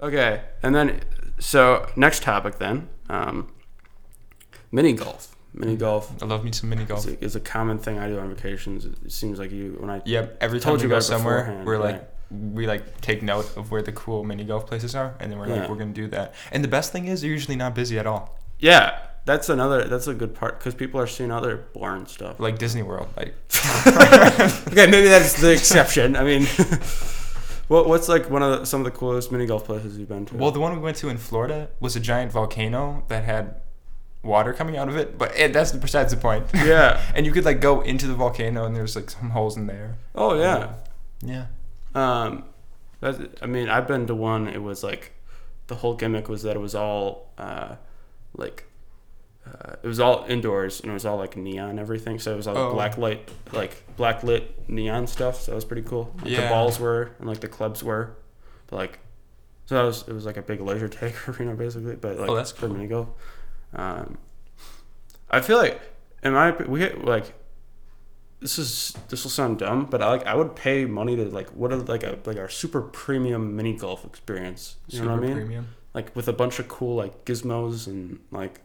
Speaker 1: Okay, and then so next topic then, um, mini golf. Mini golf
Speaker 2: I love me some mini golf.
Speaker 1: is a, is a common thing I do on vacations. It seems like you when I
Speaker 2: Yep, every time
Speaker 1: Told
Speaker 2: we
Speaker 1: you
Speaker 2: go
Speaker 1: about it
Speaker 2: somewhere,
Speaker 1: beforehand,
Speaker 2: we're
Speaker 1: yeah.
Speaker 2: like we like take note of where the cool mini golf places are, and then we're
Speaker 1: Yeah.
Speaker 2: like we're gonna do that. And the best thing is they're usually not busy at all.
Speaker 1: Yeah, that's another. That's a good part because people are seeing other boring stuff.
Speaker 2: Like Disney World, like
Speaker 1: okay, maybe that's the exception. I mean, what what's like one of the, some of the coolest mini golf places you've been to?
Speaker 2: Well, the one we went to in Florida was a giant volcano that had water coming out of it, but eh, that's besides the point.
Speaker 1: yeah.
Speaker 2: and you could like go into the volcano, and there's like some holes in there.
Speaker 1: Oh yeah.
Speaker 2: Yeah.
Speaker 1: Um, that's, I mean, I've been to one. It was like the whole gimmick was that it was all uh, like. Uh, it was all indoors and it was all like neon everything, so it was all
Speaker 2: Oh.
Speaker 1: black light, like black lit neon stuff. So that was pretty cool. Like The
Speaker 2: Yeah.
Speaker 1: balls were and like the clubs were, but like so that was it was like a big leisure tech arena basically, but like
Speaker 2: Oh, that's
Speaker 1: for
Speaker 2: cool.
Speaker 1: mini golf. Um, I feel like in my opi- we hit, like this is this will sound dumb, but I like I would pay money to like what a, like a like our super premium mini golf experience. You know what I mean?
Speaker 2: premium.
Speaker 1: Like with a bunch of cool like gizmos and like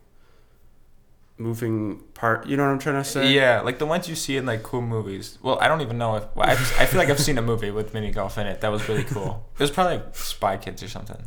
Speaker 1: moving part. You know what I'm trying to say?
Speaker 2: Yeah, like the ones you see in like cool movies. Well, I don't even know if well, I, just, I feel like I've seen a movie with mini golf in it. That was really cool. It was probably like Spy Kids or something.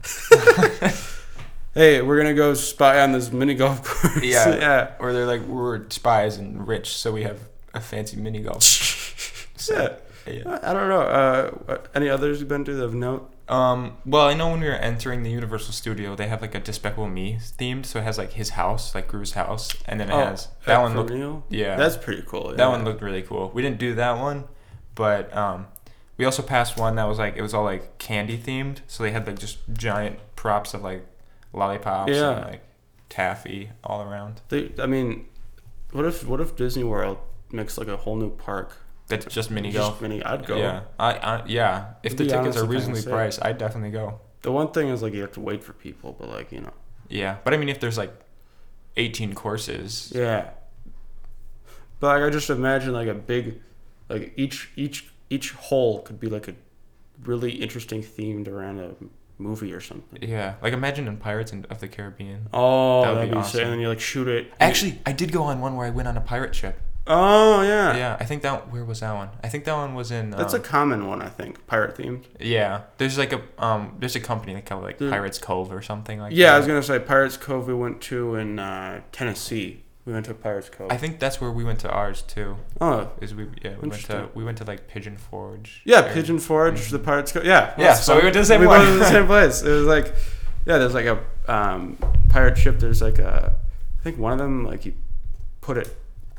Speaker 1: Hey, we're gonna go spy on this mini golf course.
Speaker 2: Yeah.
Speaker 1: yeah.
Speaker 2: Or they're like we're spies and rich, so we have a fancy mini golf.
Speaker 1: Yeah.
Speaker 2: set. Yeah.
Speaker 1: I I don't know. Uh, what- any others you've been to of note?
Speaker 2: Um, well, I know when we were entering the Universal Studio, they have like a Despicable Me themed, so it has like his house, like Gru's house, and then it has that
Speaker 1: uh,
Speaker 2: one
Speaker 1: for
Speaker 2: looked
Speaker 1: real?
Speaker 2: yeah
Speaker 1: That's pretty cool.
Speaker 2: that one looked really cool. We didn't do that one, but um, we also passed one that was like it was all like candy themed, so they had like just giant props of like lollipops
Speaker 1: Yeah.
Speaker 2: and like taffy all around.
Speaker 1: They, I mean, what if what if Disney World makes like a whole new park?
Speaker 2: That's just mini
Speaker 1: Just
Speaker 2: golf.
Speaker 1: mini. I'd go.
Speaker 2: Yeah, I, I yeah. If the
Speaker 1: To be
Speaker 2: tickets
Speaker 1: honest, I
Speaker 2: are
Speaker 1: kinda
Speaker 2: reasonably
Speaker 1: say-
Speaker 2: priced, I'd definitely go.
Speaker 1: The one thing is like you have to wait for people, but like you know.
Speaker 2: Yeah, but I mean, if there's like 18 courses,
Speaker 1: Yeah. But like, I just imagine like a big, like each each each hole could be like a really interesting themed around a movie or something.
Speaker 2: yeah. Like imagine in Pirates and- of the Caribbean.
Speaker 1: Oh,
Speaker 2: That
Speaker 1: that'd,
Speaker 2: would
Speaker 1: be,
Speaker 2: be
Speaker 1: sick. And then you like shoot it.
Speaker 2: Actually, I did go on one where I went on a pirate ship.
Speaker 1: Oh yeah.
Speaker 2: Yeah, I think that where was that one? I think that one was in.
Speaker 1: That's
Speaker 2: um,
Speaker 1: a common one, I think. Pirate themed.
Speaker 2: Yeah, there's like a um, there's a company that called like
Speaker 1: Dude.
Speaker 2: Pirates Cove or something like.
Speaker 1: yeah, I was
Speaker 2: that.
Speaker 1: gonna say Pirates Cove. We went to in uh, Tennessee. We went to Pirates Cove.
Speaker 2: I think that's where we went to ours too.
Speaker 1: oh,
Speaker 2: Is we yeah we went to
Speaker 1: Interesting.
Speaker 2: we went to like Pigeon Forge.
Speaker 1: Yeah,
Speaker 2: area.
Speaker 1: Pigeon Forge,
Speaker 2: Mhm.
Speaker 1: the Pirates Cove. Yeah,
Speaker 2: Yeah,
Speaker 1: that's
Speaker 2: so
Speaker 1: fun.
Speaker 2: we went to the same
Speaker 1: we
Speaker 2: one.
Speaker 1: went to the same place. It was like, yeah, there's like a um, pirate ship. There's like a, I think one of them like you put it,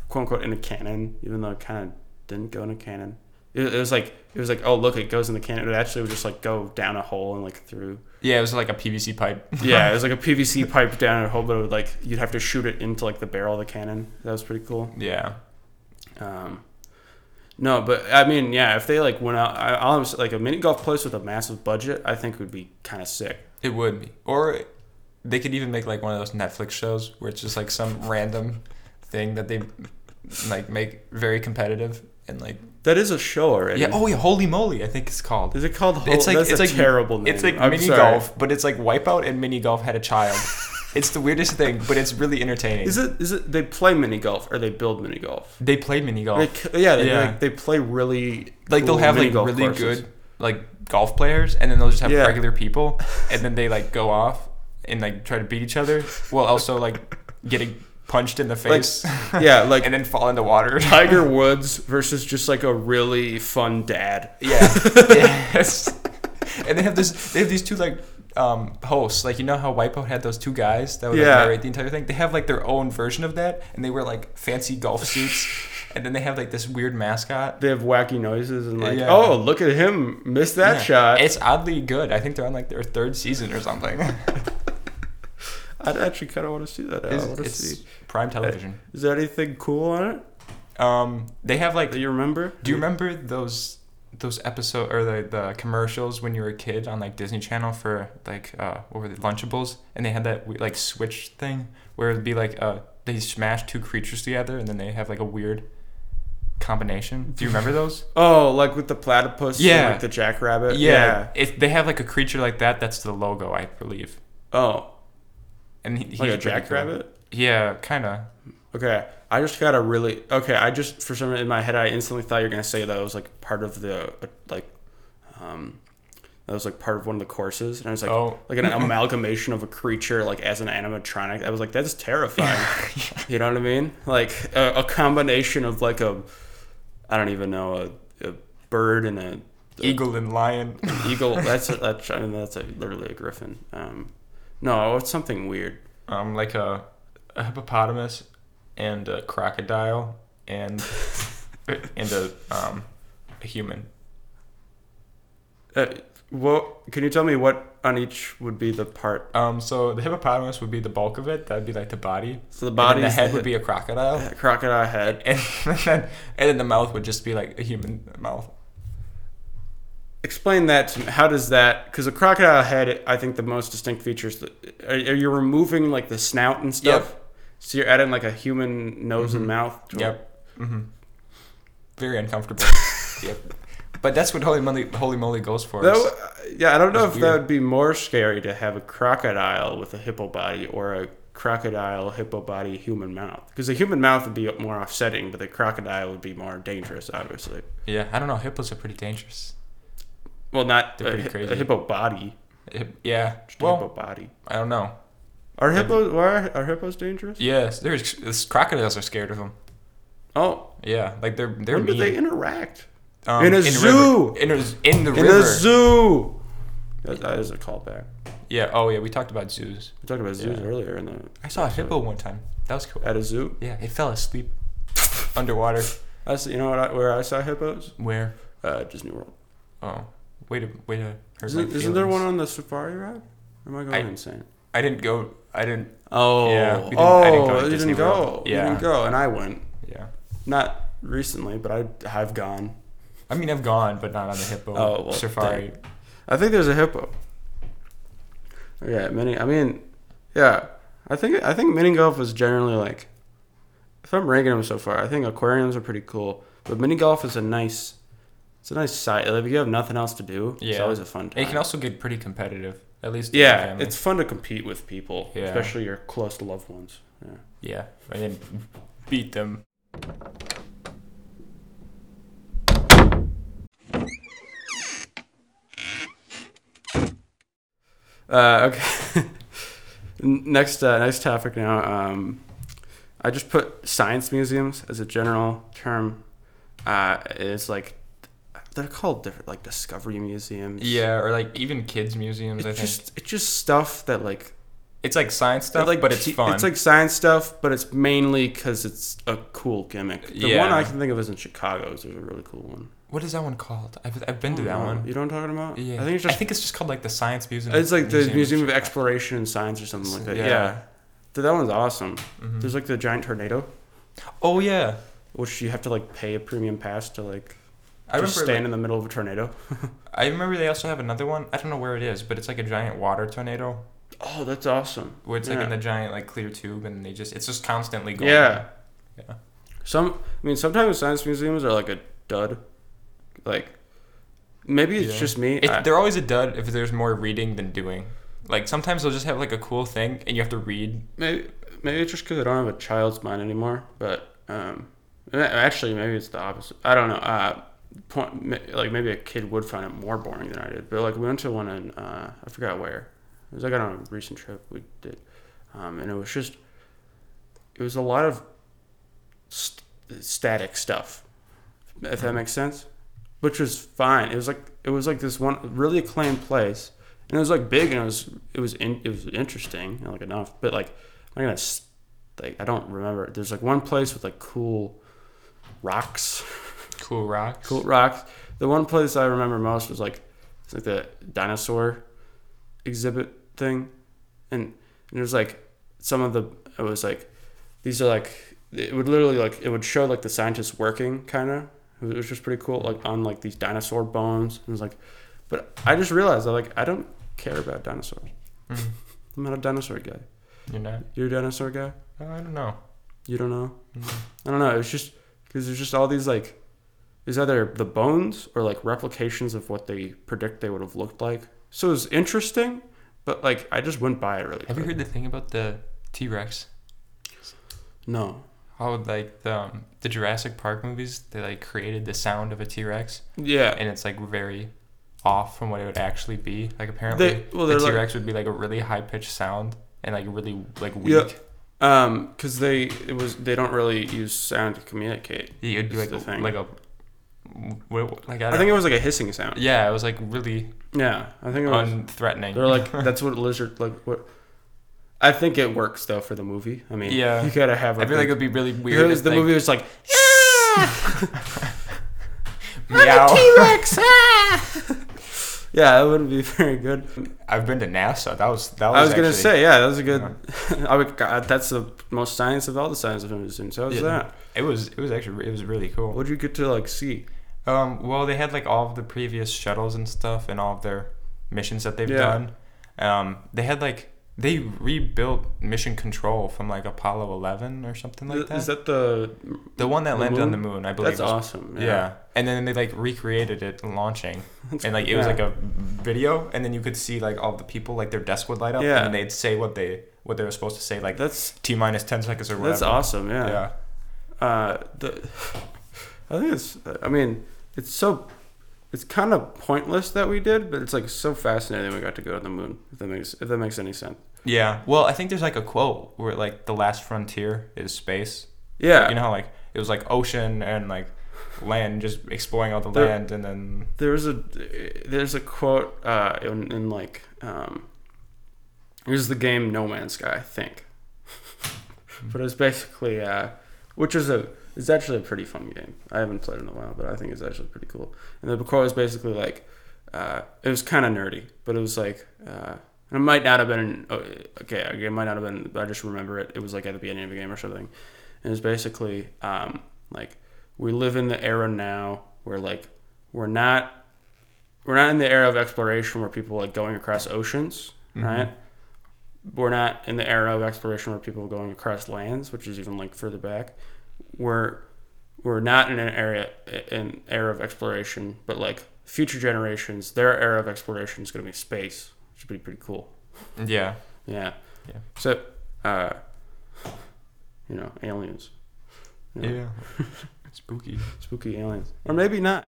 Speaker 1: quote unquote, in a cannon, even though it kind of didn't go in a cannon. It, it was like it was like oh look it goes in the cannon. It actually would just like go down a hole and like through.
Speaker 2: Yeah, it was like a PVC pipe.
Speaker 1: Yeah, it was like a PVC pipe down a hole, but it would like you'd have to shoot it into like the barrel of the cannon. That was pretty cool.
Speaker 2: yeah.
Speaker 1: Um, no, but I mean, yeah, if they like went out, I, I was like a mini golf place with a massive budget, I think would be kind of sick.
Speaker 2: It would be. Or they could even make like one of those Netflix shows where it's just like some random thing that they like make very competitive and like
Speaker 1: That is a show already.
Speaker 2: Yeah, oh yeah, holy moly, I think it's called.
Speaker 1: is it called? Hol-
Speaker 2: It's like
Speaker 1: that's
Speaker 2: it's
Speaker 1: a
Speaker 2: like
Speaker 1: terrible name.
Speaker 2: It's like
Speaker 1: I'm
Speaker 2: mini
Speaker 1: sorry.
Speaker 2: golf, but it's like wipeout and mini golf had a child. it's the weirdest thing, but it's really entertaining.
Speaker 1: Is it? Is it? They play mini golf or they build mini golf?
Speaker 2: they play mini golf.
Speaker 1: They,
Speaker 2: Like,
Speaker 1: c- yeah, they,
Speaker 2: Oh. Yeah.
Speaker 1: Like, they play really
Speaker 2: they'll
Speaker 1: cool
Speaker 2: have
Speaker 1: mini
Speaker 2: like
Speaker 1: golf
Speaker 2: really
Speaker 1: courses.
Speaker 2: good like golf players and then they'll just have
Speaker 1: Yeah.
Speaker 2: regular people and then they like go off and like try to beat each other while also like getting punched in the
Speaker 1: Like-
Speaker 2: face
Speaker 1: yeah, like
Speaker 2: and then fall into water.
Speaker 1: Tiger Woods versus just like a really fun dad.
Speaker 2: Yeah. yes. And they have this. They have these two like um, hosts. Like you know how Wipeout had those two guys that would like,
Speaker 1: Yeah.
Speaker 2: narrate the entire thing. They have like their own version of that, and they wear like fancy golf suits, and then they have like this weird mascot.
Speaker 1: They have wacky noises and like,
Speaker 2: Yeah.
Speaker 1: oh, look at him miss that
Speaker 2: Yeah.
Speaker 1: shot. Oh,
Speaker 2: It's oddly good. I think they're on like their third season or something.
Speaker 1: I'd actually kind of want to see that. I
Speaker 2: it's
Speaker 1: want to
Speaker 2: it's
Speaker 1: see.
Speaker 2: prime television.
Speaker 1: Is there anything cool on it
Speaker 2: Um, they have like.
Speaker 1: that you remember?
Speaker 2: Do you remember those? Those episode or the, the commercials when you were a kid on like Disney Channel for like uh, what were the Lunchables and they had that we- like switch thing where it'd be like uh, they smash two creatures together and then they have like a weird combination. Do you remember those?
Speaker 1: Oh, like with the platypus. and,
Speaker 2: Yeah.
Speaker 1: like the jackrabbit.
Speaker 2: If they have like a creature like that, that's the logo, I believe.
Speaker 1: Oh,
Speaker 2: And he, he's
Speaker 1: like a
Speaker 2: pretty cool.
Speaker 1: jackrabbit.
Speaker 2: Yeah, kind of.
Speaker 1: Okay, I just got a really okay. I just for some reason in my head I instantly thought you were gonna say that was like part of the like, um, that was like part of one of the courses, and I was like.
Speaker 2: oh,
Speaker 1: Like an amalgamation of a creature, like as an animatronic. I was like, that's terrifying. You know what I mean? Like a, a combination of like a, I don't even know, a, a bird and a
Speaker 2: eagle and lion.
Speaker 1: eagle. That's a, that's I mean that's a, literally a griffin. Um, no, it's something weird.
Speaker 2: um, like a, a hippopotamus and a crocodile and and a um, a human.
Speaker 1: Uh, well, can you tell me what on each would be the part?
Speaker 2: Um, so the hippopotamus would be the bulk of it. That'd be like the body.
Speaker 1: So the
Speaker 2: and
Speaker 1: body,
Speaker 2: then the head would be a crocodile,
Speaker 1: crocodile head.
Speaker 2: and then and then the mouth would just be like a human mouth.
Speaker 1: Explain that to me. How does that? Because a crocodile head, I think the most distinct features. that- Are, are you removing like the snout and stuff? So you're adding like a human nose and
Speaker 2: Mhm.
Speaker 1: mouth. to it?
Speaker 2: Yep. hmm Very uncomfortable. yep. But that's what holy moly, holy moly goes for.
Speaker 1: That
Speaker 2: is-
Speaker 1: w- uh, yeah, I don't know if
Speaker 2: It's
Speaker 1: that
Speaker 2: weird.
Speaker 1: would be more scary to have a crocodile with a hippo body or a crocodile hippo body human mouth. Because the human mouth would be more offsetting, but the crocodile would be more dangerous, obviously.
Speaker 2: yeah, I don't know. Hippos are pretty dangerous.
Speaker 1: Well, not
Speaker 2: They're
Speaker 1: a,
Speaker 2: pretty
Speaker 1: hi-
Speaker 2: crazy.
Speaker 1: a hippo body.
Speaker 2: Hip- yeah.
Speaker 1: Just a hippo
Speaker 2: Well,
Speaker 1: body.
Speaker 2: I don't know.
Speaker 1: Are
Speaker 2: Yeah.
Speaker 1: hippos? Why are, are hippos dangerous?
Speaker 2: Yes, there's crocodiles are scared of them.
Speaker 1: Oh,
Speaker 2: Yeah, like they're they're
Speaker 1: when do
Speaker 2: mean.
Speaker 1: they interact?
Speaker 2: um,
Speaker 1: In a
Speaker 2: the
Speaker 1: zoo!
Speaker 2: river- in, a, in the
Speaker 1: In
Speaker 2: river.
Speaker 1: the zoo. That, that is a callback.
Speaker 2: Yeah. Oh yeah. We talked about zoos.
Speaker 1: We talked about zoos
Speaker 2: Yeah.
Speaker 1: earlier in the
Speaker 2: I saw a hippo one time. That was cool.
Speaker 1: at a zoo.
Speaker 2: Yeah. It fell asleep underwater.
Speaker 1: I see, you know what I, where I saw hippos?
Speaker 2: Where?
Speaker 1: Uh, Disney World.
Speaker 2: Oh. Way to way to hurt my
Speaker 1: Isn't, isn't there
Speaker 2: feelings.
Speaker 1: one on the safari ride? Or am I going
Speaker 2: I-
Speaker 1: insane?
Speaker 2: I didn't go. I didn't.
Speaker 1: Oh,
Speaker 2: Yeah, we didn't-
Speaker 1: oh,
Speaker 2: I didn't go to
Speaker 1: you
Speaker 2: Disney
Speaker 1: didn't go.
Speaker 2: World.
Speaker 1: You
Speaker 2: Yeah.
Speaker 1: didn't go, and I went.
Speaker 2: Yeah.
Speaker 1: Not recently, but I have gone.
Speaker 2: I mean, I've gone, but not on the hippo
Speaker 1: Oh, well,
Speaker 2: safari.
Speaker 1: I think there's a hippo. Yeah, mini. I mean, yeah. I think I think mini golf was generally like, if I'm ranking them so far, I think aquariums are pretty cool, but mini golf is a nice, it's a nice side. Like if you have nothing else to do, it's
Speaker 2: Yeah.
Speaker 1: always a fun time.
Speaker 2: It can also get pretty competitive. At least. in my
Speaker 1: yeah,
Speaker 2: family.
Speaker 1: it's fun to compete with people,
Speaker 2: Yeah.
Speaker 1: especially your close loved ones. Yeah.
Speaker 2: Yeah. I didn't beat them.
Speaker 1: Uh, okay. N- next, uh, next topic now. Um, I just put science museums as a general term. Uh, it's like they're called different, like discovery museums.
Speaker 2: Yeah, or like even kids museums. I
Speaker 1: It's
Speaker 2: think
Speaker 1: just it's just stuff that like
Speaker 2: it's like science stuff,
Speaker 1: like
Speaker 2: but it's
Speaker 1: te-
Speaker 2: fun.
Speaker 1: It's like science stuff, but it's mainly because it's a cool gimmick. The one
Speaker 2: Yeah.
Speaker 1: I can think of is in Chicago's. There's a really cool one.
Speaker 2: what is that one called? I've, I've been to
Speaker 1: I
Speaker 2: that
Speaker 1: don't know.
Speaker 2: one.
Speaker 1: You know what I'm talking about?
Speaker 2: Yeah,
Speaker 1: I think it's just Uh,
Speaker 2: called like the science museum.
Speaker 1: it's like the
Speaker 2: of
Speaker 1: Museum of
Speaker 2: Chicago.
Speaker 1: Exploration and Science or something like that. Yeah,
Speaker 2: Yeah.
Speaker 1: Dude, that one's awesome.
Speaker 2: Mhm.
Speaker 1: There's like the giant tornado.
Speaker 2: Oh yeah,
Speaker 1: which you have to like pay a premium pass to like
Speaker 2: I
Speaker 1: just
Speaker 2: remember.
Speaker 1: stand
Speaker 2: like-
Speaker 1: in the middle of a tornado.
Speaker 2: I remember they also have another one. I don't know where it is, but it's like a giant water tornado
Speaker 1: Oh, that's awesome.
Speaker 2: where it's like
Speaker 1: Yeah.
Speaker 2: in the giant like clear tube, and they just it's just constantly going.
Speaker 1: Yeah.
Speaker 2: Yeah.
Speaker 1: Some I mean sometimes science museums are like a dud. Like maybe it's
Speaker 2: Yeah.
Speaker 1: just me.
Speaker 2: It,
Speaker 1: I-
Speaker 2: they're always a dud if there's more reading than doing. Like sometimes they'll just have like a cool thing and you have to read.
Speaker 1: maybe maybe it's just because I don't have a child's mind anymore. But um, a- actually maybe it's the opposite. I don't know. Uh, point ma- like maybe a kid would find it more boring than I did. But like we went to one in uh, I forgot where. It was like on a recent trip we did, um, and it was just it was a lot of st- static stuff, if that makes sense. Which was fine. It was like it was like this one really acclaimed place, and it was like big, and it was it was in, it was interesting, you know, like enough. But like I'm not gonna s- like I don't remember. There's like one place with like cool rocks,
Speaker 2: Cool rocks.
Speaker 1: cool rocks. The one place I remember most was like it's like the dinosaur exhibit thing, and and it was like some of the it was like these are like it would literally like it would show like the scientists working kind of it was just pretty cool like on like these dinosaur bones and it was like but i just realized that like i don't care about dinosaurs
Speaker 2: Mm,
Speaker 1: i'm not a dinosaur guy
Speaker 2: you're not.
Speaker 1: you're a dinosaur guy
Speaker 2: Oh, I don't know.
Speaker 1: you don't know
Speaker 2: Mm.
Speaker 1: i don't know it was just because there's just all these like is either the bones or like replications of what they predict they would have looked like so it was interesting but like i just went by it really
Speaker 2: Have you
Speaker 1: quick.
Speaker 2: heard the thing about the T Rex?
Speaker 1: no
Speaker 2: How like the, um, the Jurassic Park movies, they like created the sound of a T Rex,
Speaker 1: yeah
Speaker 2: and it's like very off from what it would actually be. Like apparently,
Speaker 1: They- well,
Speaker 2: the
Speaker 1: they're,
Speaker 2: T
Speaker 1: like-
Speaker 2: Rex would be like a really high pitched sound and like really like weak.
Speaker 1: Yeah. Um, because they it was they don't really use sound to communicate.
Speaker 2: It would be
Speaker 1: It's
Speaker 2: like
Speaker 1: the
Speaker 2: a,
Speaker 1: thing.
Speaker 2: like a what- like
Speaker 1: I,
Speaker 2: I, don't
Speaker 1: think it was like a hissing sound.
Speaker 2: yeah, it was like really
Speaker 1: Yeah, I think it was.
Speaker 2: unthreatening.
Speaker 1: they're like that's what lizard like what. I think it works though for the movie. I mean,
Speaker 2: Yeah.
Speaker 1: you gotta have.
Speaker 2: I feel like it would be really weird.
Speaker 1: because
Speaker 2: if,
Speaker 1: the
Speaker 2: like,
Speaker 1: movie was like
Speaker 2: meow.
Speaker 1: Rex. Ah. yeah, that wouldn't be very good.
Speaker 2: I've been to NASA. That was that was.
Speaker 1: I was gonna
Speaker 2: actually-
Speaker 1: say yeah, that was a good. I would, God, that's the most science of all the science of movies. So is
Speaker 2: Yeah.
Speaker 1: that?
Speaker 2: it was it was actually it was really cool.
Speaker 1: What'd you get to like see?
Speaker 2: Um, well, they had like all of the previous shuttles and stuff, and all of their missions that they've
Speaker 1: Yeah.
Speaker 2: done. Um, they had like they rebuilt Mission Control from like Apollo Eleven or something like that.
Speaker 1: Is that the?
Speaker 2: the one that
Speaker 1: the
Speaker 2: landed
Speaker 1: moon?
Speaker 2: on the moon, I believe.
Speaker 1: That's
Speaker 2: was-
Speaker 1: awesome.
Speaker 2: Yeah. and then they like recreated it launching,
Speaker 1: That's
Speaker 2: and like
Speaker 1: cool.
Speaker 2: it was
Speaker 1: Yeah.
Speaker 2: like a video, and then you could see like all the people like their desk would light up,
Speaker 1: Yeah.
Speaker 2: and then they'd say what they what they were supposed to say, like
Speaker 1: That's
Speaker 2: T minus ten seconds or whatever.
Speaker 1: that's awesome. Yeah.
Speaker 2: Yeah.
Speaker 1: Uh, the, I think it's. I mean, it's so. It's kind of pointless that we did, but it's like so fascinating we got to go to the moon. If that makes if that makes any sense.
Speaker 2: Yeah. Well, I think there's like a quote where like the last frontier is space.
Speaker 1: Yeah.
Speaker 2: You know how like it was like ocean and like land, just exploring all the
Speaker 1: There-
Speaker 2: land, and then
Speaker 1: there's a there's a quote uh, in, in like um, it was the game No Man's Sky, I think, but it's basically uh, which is a it's actually a pretty fun game. I haven't played in a while, but I think it's actually pretty cool. And the quote was basically like uh, it was kind of nerdy, but it was like. Uh, and it might not have been oh, okay. It might not have been. But I just remember it. It was like at the beginning of the game or something. And it was basically um, like we live in the era now where like we're not we're not in the era of exploration where people like going across oceans, right? We're not in the era of exploration where people are going across lands, which is even like further back. We're we're not in an area an era of exploration, but like future generations, their era of exploration is going to be space, which would be pretty cool.
Speaker 2: yeah,
Speaker 1: Yeah.
Speaker 2: Yeah.
Speaker 1: So, uh, you know, aliens, Yeah.
Speaker 2: yeah, spooky.
Speaker 1: spooky aliens, or maybe not.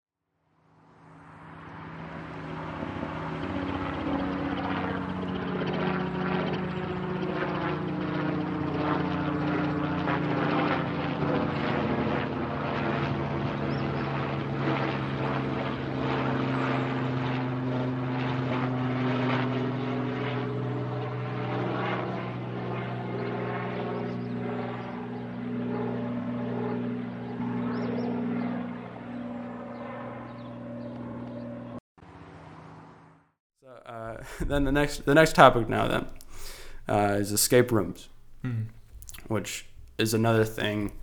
Speaker 1: So, uh, then the next the next topic now then uh, is escape rooms.
Speaker 2: Hmm.
Speaker 1: which is another thing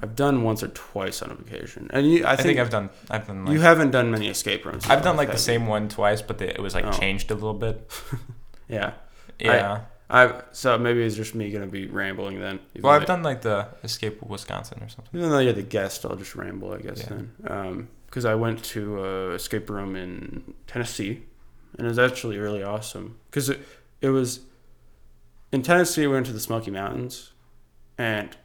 Speaker 1: I've done once or twice on a vacation. And you, I,
Speaker 2: I think,
Speaker 1: think,
Speaker 2: I've done. I've done. Like,
Speaker 1: you haven't done many escape rooms.
Speaker 2: I've
Speaker 1: though,
Speaker 2: done like
Speaker 1: have
Speaker 2: the
Speaker 1: you?
Speaker 2: same one twice, but the, it was like
Speaker 1: Oh.
Speaker 2: changed a little bit.
Speaker 1: Yeah,
Speaker 2: Yeah.
Speaker 1: I so maybe it's just me gonna be rambling then. even
Speaker 2: well, I've
Speaker 1: though-
Speaker 2: done like the Escape Wisconsin or something.
Speaker 1: Even though you're the guest, I'll just ramble, I guess
Speaker 2: Yeah.
Speaker 1: then. Because I went to a escape room in Tennessee, and it was actually really awesome. Because it, it was in Tennessee, we went to the Smoky Mountains, and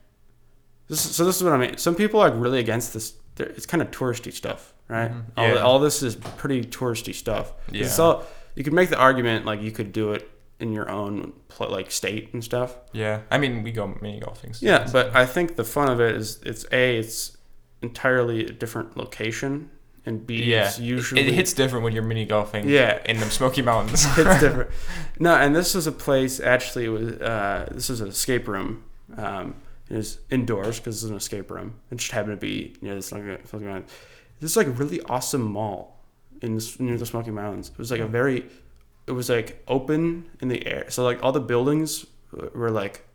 Speaker 1: this, so this is what I mean. Some people are really against this. they're- It's kind of touristy stuff, right?
Speaker 2: Mhm.
Speaker 1: All,
Speaker 2: Yeah.
Speaker 1: all this is pretty touristy stuff. 'Cause It's
Speaker 2: Yeah.
Speaker 1: all, you could make the argument like you could do it in your own pl- like state and stuff.
Speaker 2: Yeah, I mean we go mini golfing. so
Speaker 1: Yeah,
Speaker 2: that's-
Speaker 1: but I think the fun of it is it's a it's entirely a different location, and b
Speaker 2: yeah,
Speaker 1: it's
Speaker 2: it-
Speaker 1: usually
Speaker 2: it hits different when you're mini golfing.
Speaker 1: Yeah.
Speaker 2: in the Smoky Mountains.
Speaker 1: it's different. No, and this was a place actually. It was uh, this was an escape room. Um, it was indoors because it's an escape room. It just happened to be near this something. This is like a really awesome mall in the, s- near the Smoky Mountains. It was like a very, it was like open in the air. So like all the buildings were like,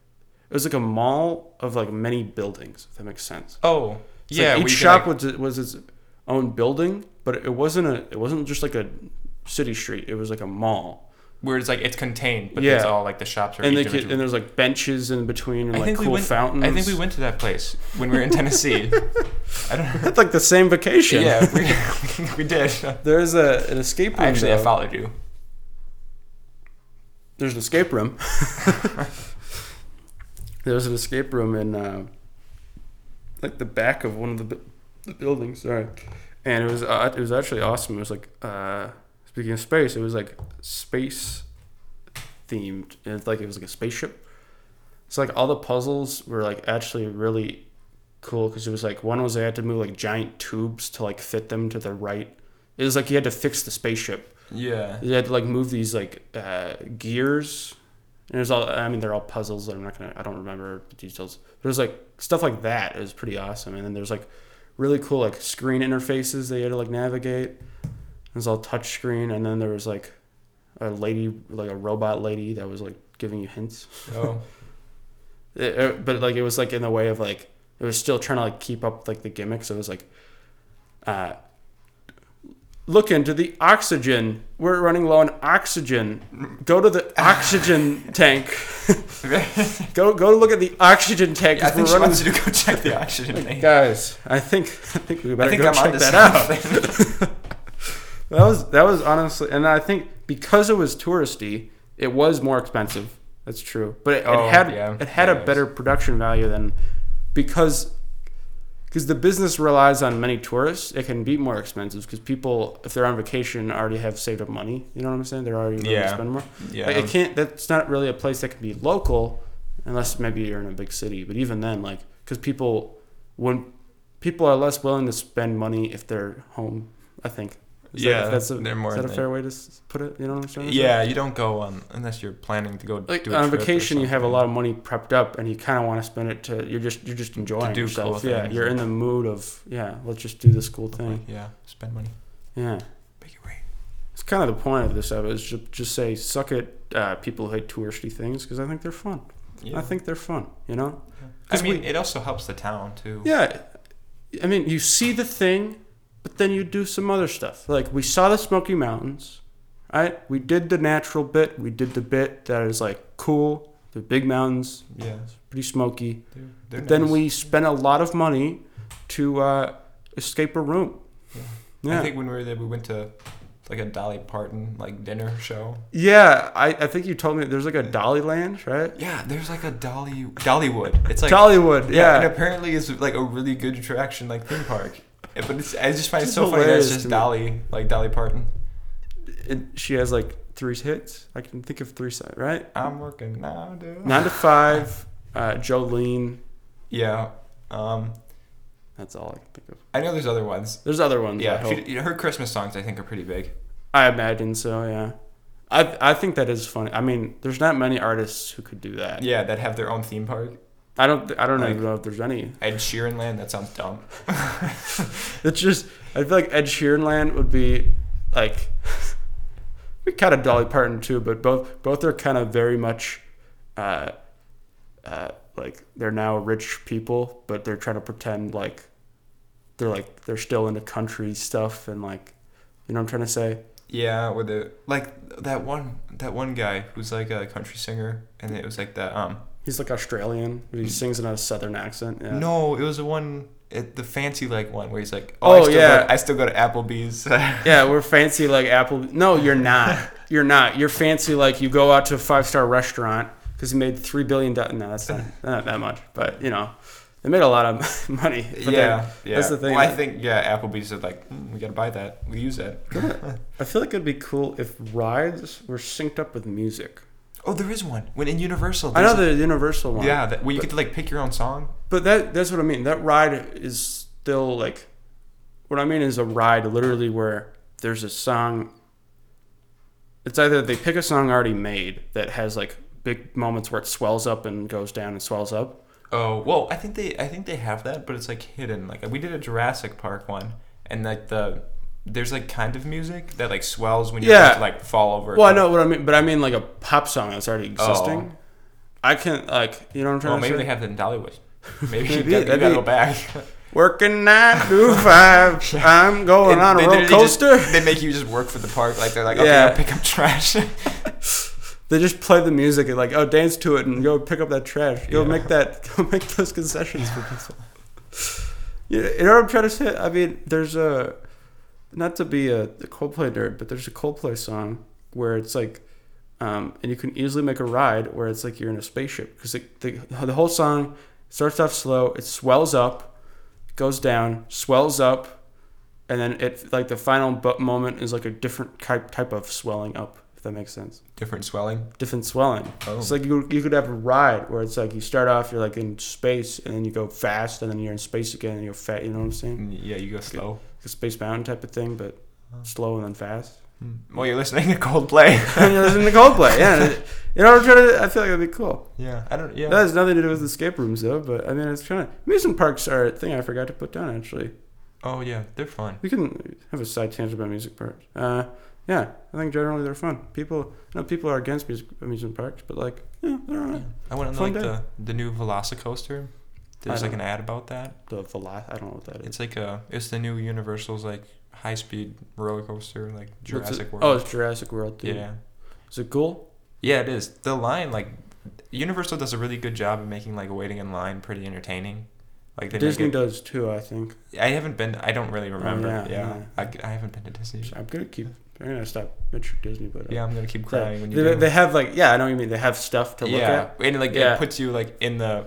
Speaker 1: it was like a mall of like many buildings. If that makes sense.
Speaker 2: oh,
Speaker 1: It's
Speaker 2: yeah.
Speaker 1: like
Speaker 2: where
Speaker 1: each
Speaker 2: you can,
Speaker 1: shop
Speaker 2: like-
Speaker 1: was was its own building, but it wasn't a it wasn't just like a city street. It was like a mall,
Speaker 2: where it's like it's contained, but
Speaker 1: Yeah.
Speaker 2: it's all like the shops are.
Speaker 1: and they
Speaker 2: each
Speaker 1: could, and there's like benches in between and
Speaker 2: I
Speaker 1: like
Speaker 2: think
Speaker 1: cool
Speaker 2: we went.
Speaker 1: fountains.
Speaker 2: I think we went to that place when we were in Tennessee. I don't know.
Speaker 1: That's like the same vacation.
Speaker 2: Yeah, we, we did.
Speaker 1: There's a an escape room.
Speaker 2: Actually, I
Speaker 1: though.
Speaker 2: followed you.
Speaker 1: there's an escape room. there's an escape room in uh, like the back of one of the, bu- the buildings. Sorry, and it was uh, it was actually awesome. It was like uh, speaking of space, it was like space themed. And It's like it was like a spaceship. So like all the puzzles were like actually really cool because it was like one was they had to move like giant tubes to like fit them to the right. It was like you had to fix the spaceship
Speaker 2: Yeah.
Speaker 1: they had to like move these like uh, gears and it was all i mean they're all puzzles i'm not gonna i don't remember the details but it was like stuff like that it was pretty awesome and then there's like really cool like screen interfaces that you had to like navigate it was all touch screen and then there was like a lady like a robot lady that was like giving you hints
Speaker 2: Oh.
Speaker 1: it, it- Eh, er, but like it was like in the way of like it was still trying to like keep up like the gimmicks. it was like uh look into the oxygen we're running low on oxygen go to the oxygen tank go go look at the oxygen tank 'cause
Speaker 2: I
Speaker 1: we're
Speaker 2: think she
Speaker 1: running
Speaker 2: wants you to go check the oxygen tank.
Speaker 1: guys i think i think we better
Speaker 2: I think
Speaker 1: go
Speaker 2: I'm on
Speaker 1: check
Speaker 2: this
Speaker 1: that out that was that was honestly and i think because it was touristy it was more expensive that's true but it,
Speaker 2: Oh,
Speaker 1: it had
Speaker 2: yeah.
Speaker 1: it had
Speaker 2: Yeah, it
Speaker 1: a
Speaker 2: was.
Speaker 1: better production value than because because the business relies on many tourists it can be more expensive because people if they're on vacation already have saved up money you know what i'm saying they're already willing to
Speaker 2: Yeah.
Speaker 1: spend more
Speaker 2: yeah. um,
Speaker 1: like, it can't. That's not really a place that can be local, unless maybe you're in a big city. But even then, like, because people wouldn't people are less willing to spend money if they're home. I think. Is that-
Speaker 2: Yeah,
Speaker 1: that's a,
Speaker 2: they're more
Speaker 1: Is that a
Speaker 2: than-
Speaker 1: fair way to s- put it? You know what I'm saying?
Speaker 2: Yeah, you don't go um, unless you're planning to go
Speaker 1: Like
Speaker 2: do a
Speaker 1: on
Speaker 2: trip or
Speaker 1: vacation, you have a
Speaker 2: something.
Speaker 1: lot of money prepped up, and you kind of want to spend it to. You're just you're just enjoying
Speaker 2: do cool
Speaker 1: yourself. yeah,
Speaker 2: things.
Speaker 1: you're in the mood of yeah. Let's just do this cool thing.
Speaker 2: Yeah, spend money.
Speaker 1: Yeah.
Speaker 2: Make it rain.
Speaker 1: It's kind of the point of this episode. Is ju- just say suck it, uh, people who hate touristy things because I think they're fun.
Speaker 2: Yeah.
Speaker 1: I think they're fun. You know.
Speaker 2: I
Speaker 1: 'cause
Speaker 2: mean,
Speaker 1: we-
Speaker 2: it also helps the town too.
Speaker 1: Yeah, I mean, you see the thing, but then you do some other stuff. Like we saw the Smoky Mountains, right? We did the natural bit. We did the bit that is like cool. The big mountains,
Speaker 2: Yeah.
Speaker 1: pretty smoky.
Speaker 2: They're, they're
Speaker 1: But then
Speaker 2: nice.
Speaker 1: we spent a lot of money to uh, escape a room.
Speaker 2: Yeah.
Speaker 1: Yeah,
Speaker 2: I think when we were there, we went to like a Dolly Parton like dinner show.
Speaker 1: yeah. I, I think you told me there's like a Dolly Land, right?
Speaker 2: Yeah, there's like a Dolly Dollywood. It's like
Speaker 1: Dollywood, yeah.
Speaker 2: and apparently it's like a really good attraction, like theme park. Yeah, But it's, I just find
Speaker 1: Just
Speaker 2: it so funny that
Speaker 1: hilarious
Speaker 2: it's just
Speaker 1: to me.
Speaker 2: Dolly, like Dolly Parton.
Speaker 1: And she has like three hits. I can think of three, si- right?
Speaker 2: I'm working now, dude.
Speaker 1: Nine to five, uh, Jolene.
Speaker 2: Yeah. Um,
Speaker 1: That's all I can think of.
Speaker 2: I know there's other ones.
Speaker 1: There's other ones. I
Speaker 2: Yeah,
Speaker 1: hope.
Speaker 2: she, her Christmas songs I think are pretty big.
Speaker 1: I imagine so. Yeah, I I think that is funny. I mean, there's not many artists who could do that.
Speaker 2: Yeah, that have their own theme park.
Speaker 1: I don't. th- I don't
Speaker 2: Like-
Speaker 1: even know if there's any.
Speaker 2: Ed Sheeran land. That sounds dumb.
Speaker 1: It's just I feel like Ed Sheeran land would be like we kind of Dolly Parton too, but both both are kind of very much uh, uh, like they're now rich people, but they're trying to pretend like they're like they're still into country stuff and like you know what I'm trying to say.
Speaker 2: Yeah, with the like that one that one guy who's like a country singer, and it was like that. Um,
Speaker 1: He's like Australian. but He sings in a southern accent. Yeah.
Speaker 2: no, it was the one, it, the fancy like one where he's like,
Speaker 1: Oh,
Speaker 2: oh, I still
Speaker 1: yeah.
Speaker 2: go, I still go to Applebee's.
Speaker 1: Yeah, we're fancy like Apple. No, you're not. You're not. You're fancy like you go out to a five star restaurant because you made three billion. Do- no, that's not, not that much, but you know, they made a lot of money. But they-
Speaker 2: yeah, yeah.
Speaker 1: that's the thing,
Speaker 2: Well, I
Speaker 1: like-
Speaker 2: think yeah, Applebee's is like, "Hmm, we gotta buy that, we use that.
Speaker 1: I feel like it'd be cool if rides were synced up with music.
Speaker 2: oh, there is one when in Universal.
Speaker 1: I know
Speaker 2: there's
Speaker 1: the Universal
Speaker 2: a-
Speaker 1: one.
Speaker 2: Yeah, that, well, you get to like pick your own song.
Speaker 1: But that that's what I mean. That ride is still like what I mean is a ride literally where there's a song it's either they pick a song already made that has like big moments where it swells up and goes down and swells up.
Speaker 2: Oh, well, I think they I think they have that, but it's like hidden. Like we did a Jurassic Park one, and like the there's like kind of music that like swells when you
Speaker 1: Yeah.
Speaker 2: to like fall over.
Speaker 1: Well, I know what I mean, but I mean like a pop song that's already existing. I can like, you know what I'm trying
Speaker 2: Oh. Well,
Speaker 1: to
Speaker 2: maybe
Speaker 1: say?
Speaker 2: they have it in Dollywood.
Speaker 1: Maybe,
Speaker 2: Maybe, you, got, you
Speaker 1: that'd
Speaker 2: gotta
Speaker 1: be-
Speaker 2: go back.
Speaker 1: Working 9 to 5. I'm going Oh, on a
Speaker 2: They
Speaker 1: roller
Speaker 2: literally just-
Speaker 1: coaster.
Speaker 2: they make you just work for the park. Like they're like, okay,
Speaker 1: Yeah.
Speaker 2: I'll pick up trash.
Speaker 1: They just play the music and like, oh, dance to it and go pick up that trash. Go
Speaker 2: Yeah.
Speaker 1: make that. Go make those concessions for people. Yeah, you know what I'm trying to say? I mean, there's a not to be a, a Coldplay nerd, but there's a Coldplay song where it's like, um, and you can easily make a ride where it's like you're in a spaceship because the the whole song starts off slow, it swells up, goes down, swells up, and then it like the final bu- moment is like a different type type of swelling up. If that makes sense
Speaker 2: Different swelling.
Speaker 1: different swelling.
Speaker 2: Oh.
Speaker 1: It's like you, you could have a ride where it's like you start off, you're like in space, and then you go fast, and then you're in space again, and you're fat. You know what I'm saying?
Speaker 2: Mm, Yeah, you go slow.
Speaker 1: Like a space mountain type of thing, but slow and then fast.
Speaker 2: Well, you're listening to Coldplay.
Speaker 1: and you're listening to Coldplay. Yeah, you know what I'm trying to. I feel like that'd be cool.
Speaker 2: Yeah, I don't. Yeah,
Speaker 1: That has nothing to do with escape rooms though, but I mean, it's kind of amusement parks are a thing I forgot to put down actually.
Speaker 2: oh yeah, they're fun.
Speaker 1: We can have a side tangent about music parks. Uh, yeah, I think generally they're fun. People, you know, people are against music, amusement parks, but like, yeah, they're alright.
Speaker 2: I went on
Speaker 1: Fun
Speaker 2: like
Speaker 1: day.
Speaker 2: the the new Velocicoaster. There's
Speaker 1: I
Speaker 2: like
Speaker 1: don't-
Speaker 2: an ad about that.
Speaker 1: The velo- I don't know what that is.
Speaker 2: It's like a it's the new Universal's like high speed roller coaster like
Speaker 1: What's it-
Speaker 2: Jurassic World.
Speaker 1: Oh, it's Jurassic World. Dude.
Speaker 2: yeah.
Speaker 1: Is it cool?
Speaker 2: Yeah, it is. The line, like, Universal does a really good job of making like waiting in line pretty entertaining. Like they
Speaker 1: Disney
Speaker 2: make it,
Speaker 1: does too, I think.
Speaker 2: I haven't been. I don't really remember.
Speaker 1: Oh, yeah,
Speaker 2: yeah,
Speaker 1: yeah.
Speaker 2: I, I haven't been to Disney.
Speaker 1: I'm gonna keep. I'm gonna stop mentioning Disney, but uh,
Speaker 2: Yeah, I'm gonna keep crying when you.
Speaker 1: they,
Speaker 2: do.
Speaker 1: they have like yeah, I know what you mean. They have stuff to look
Speaker 2: yeah,
Speaker 1: at.
Speaker 2: and like
Speaker 1: Yeah.
Speaker 2: it puts you like in the,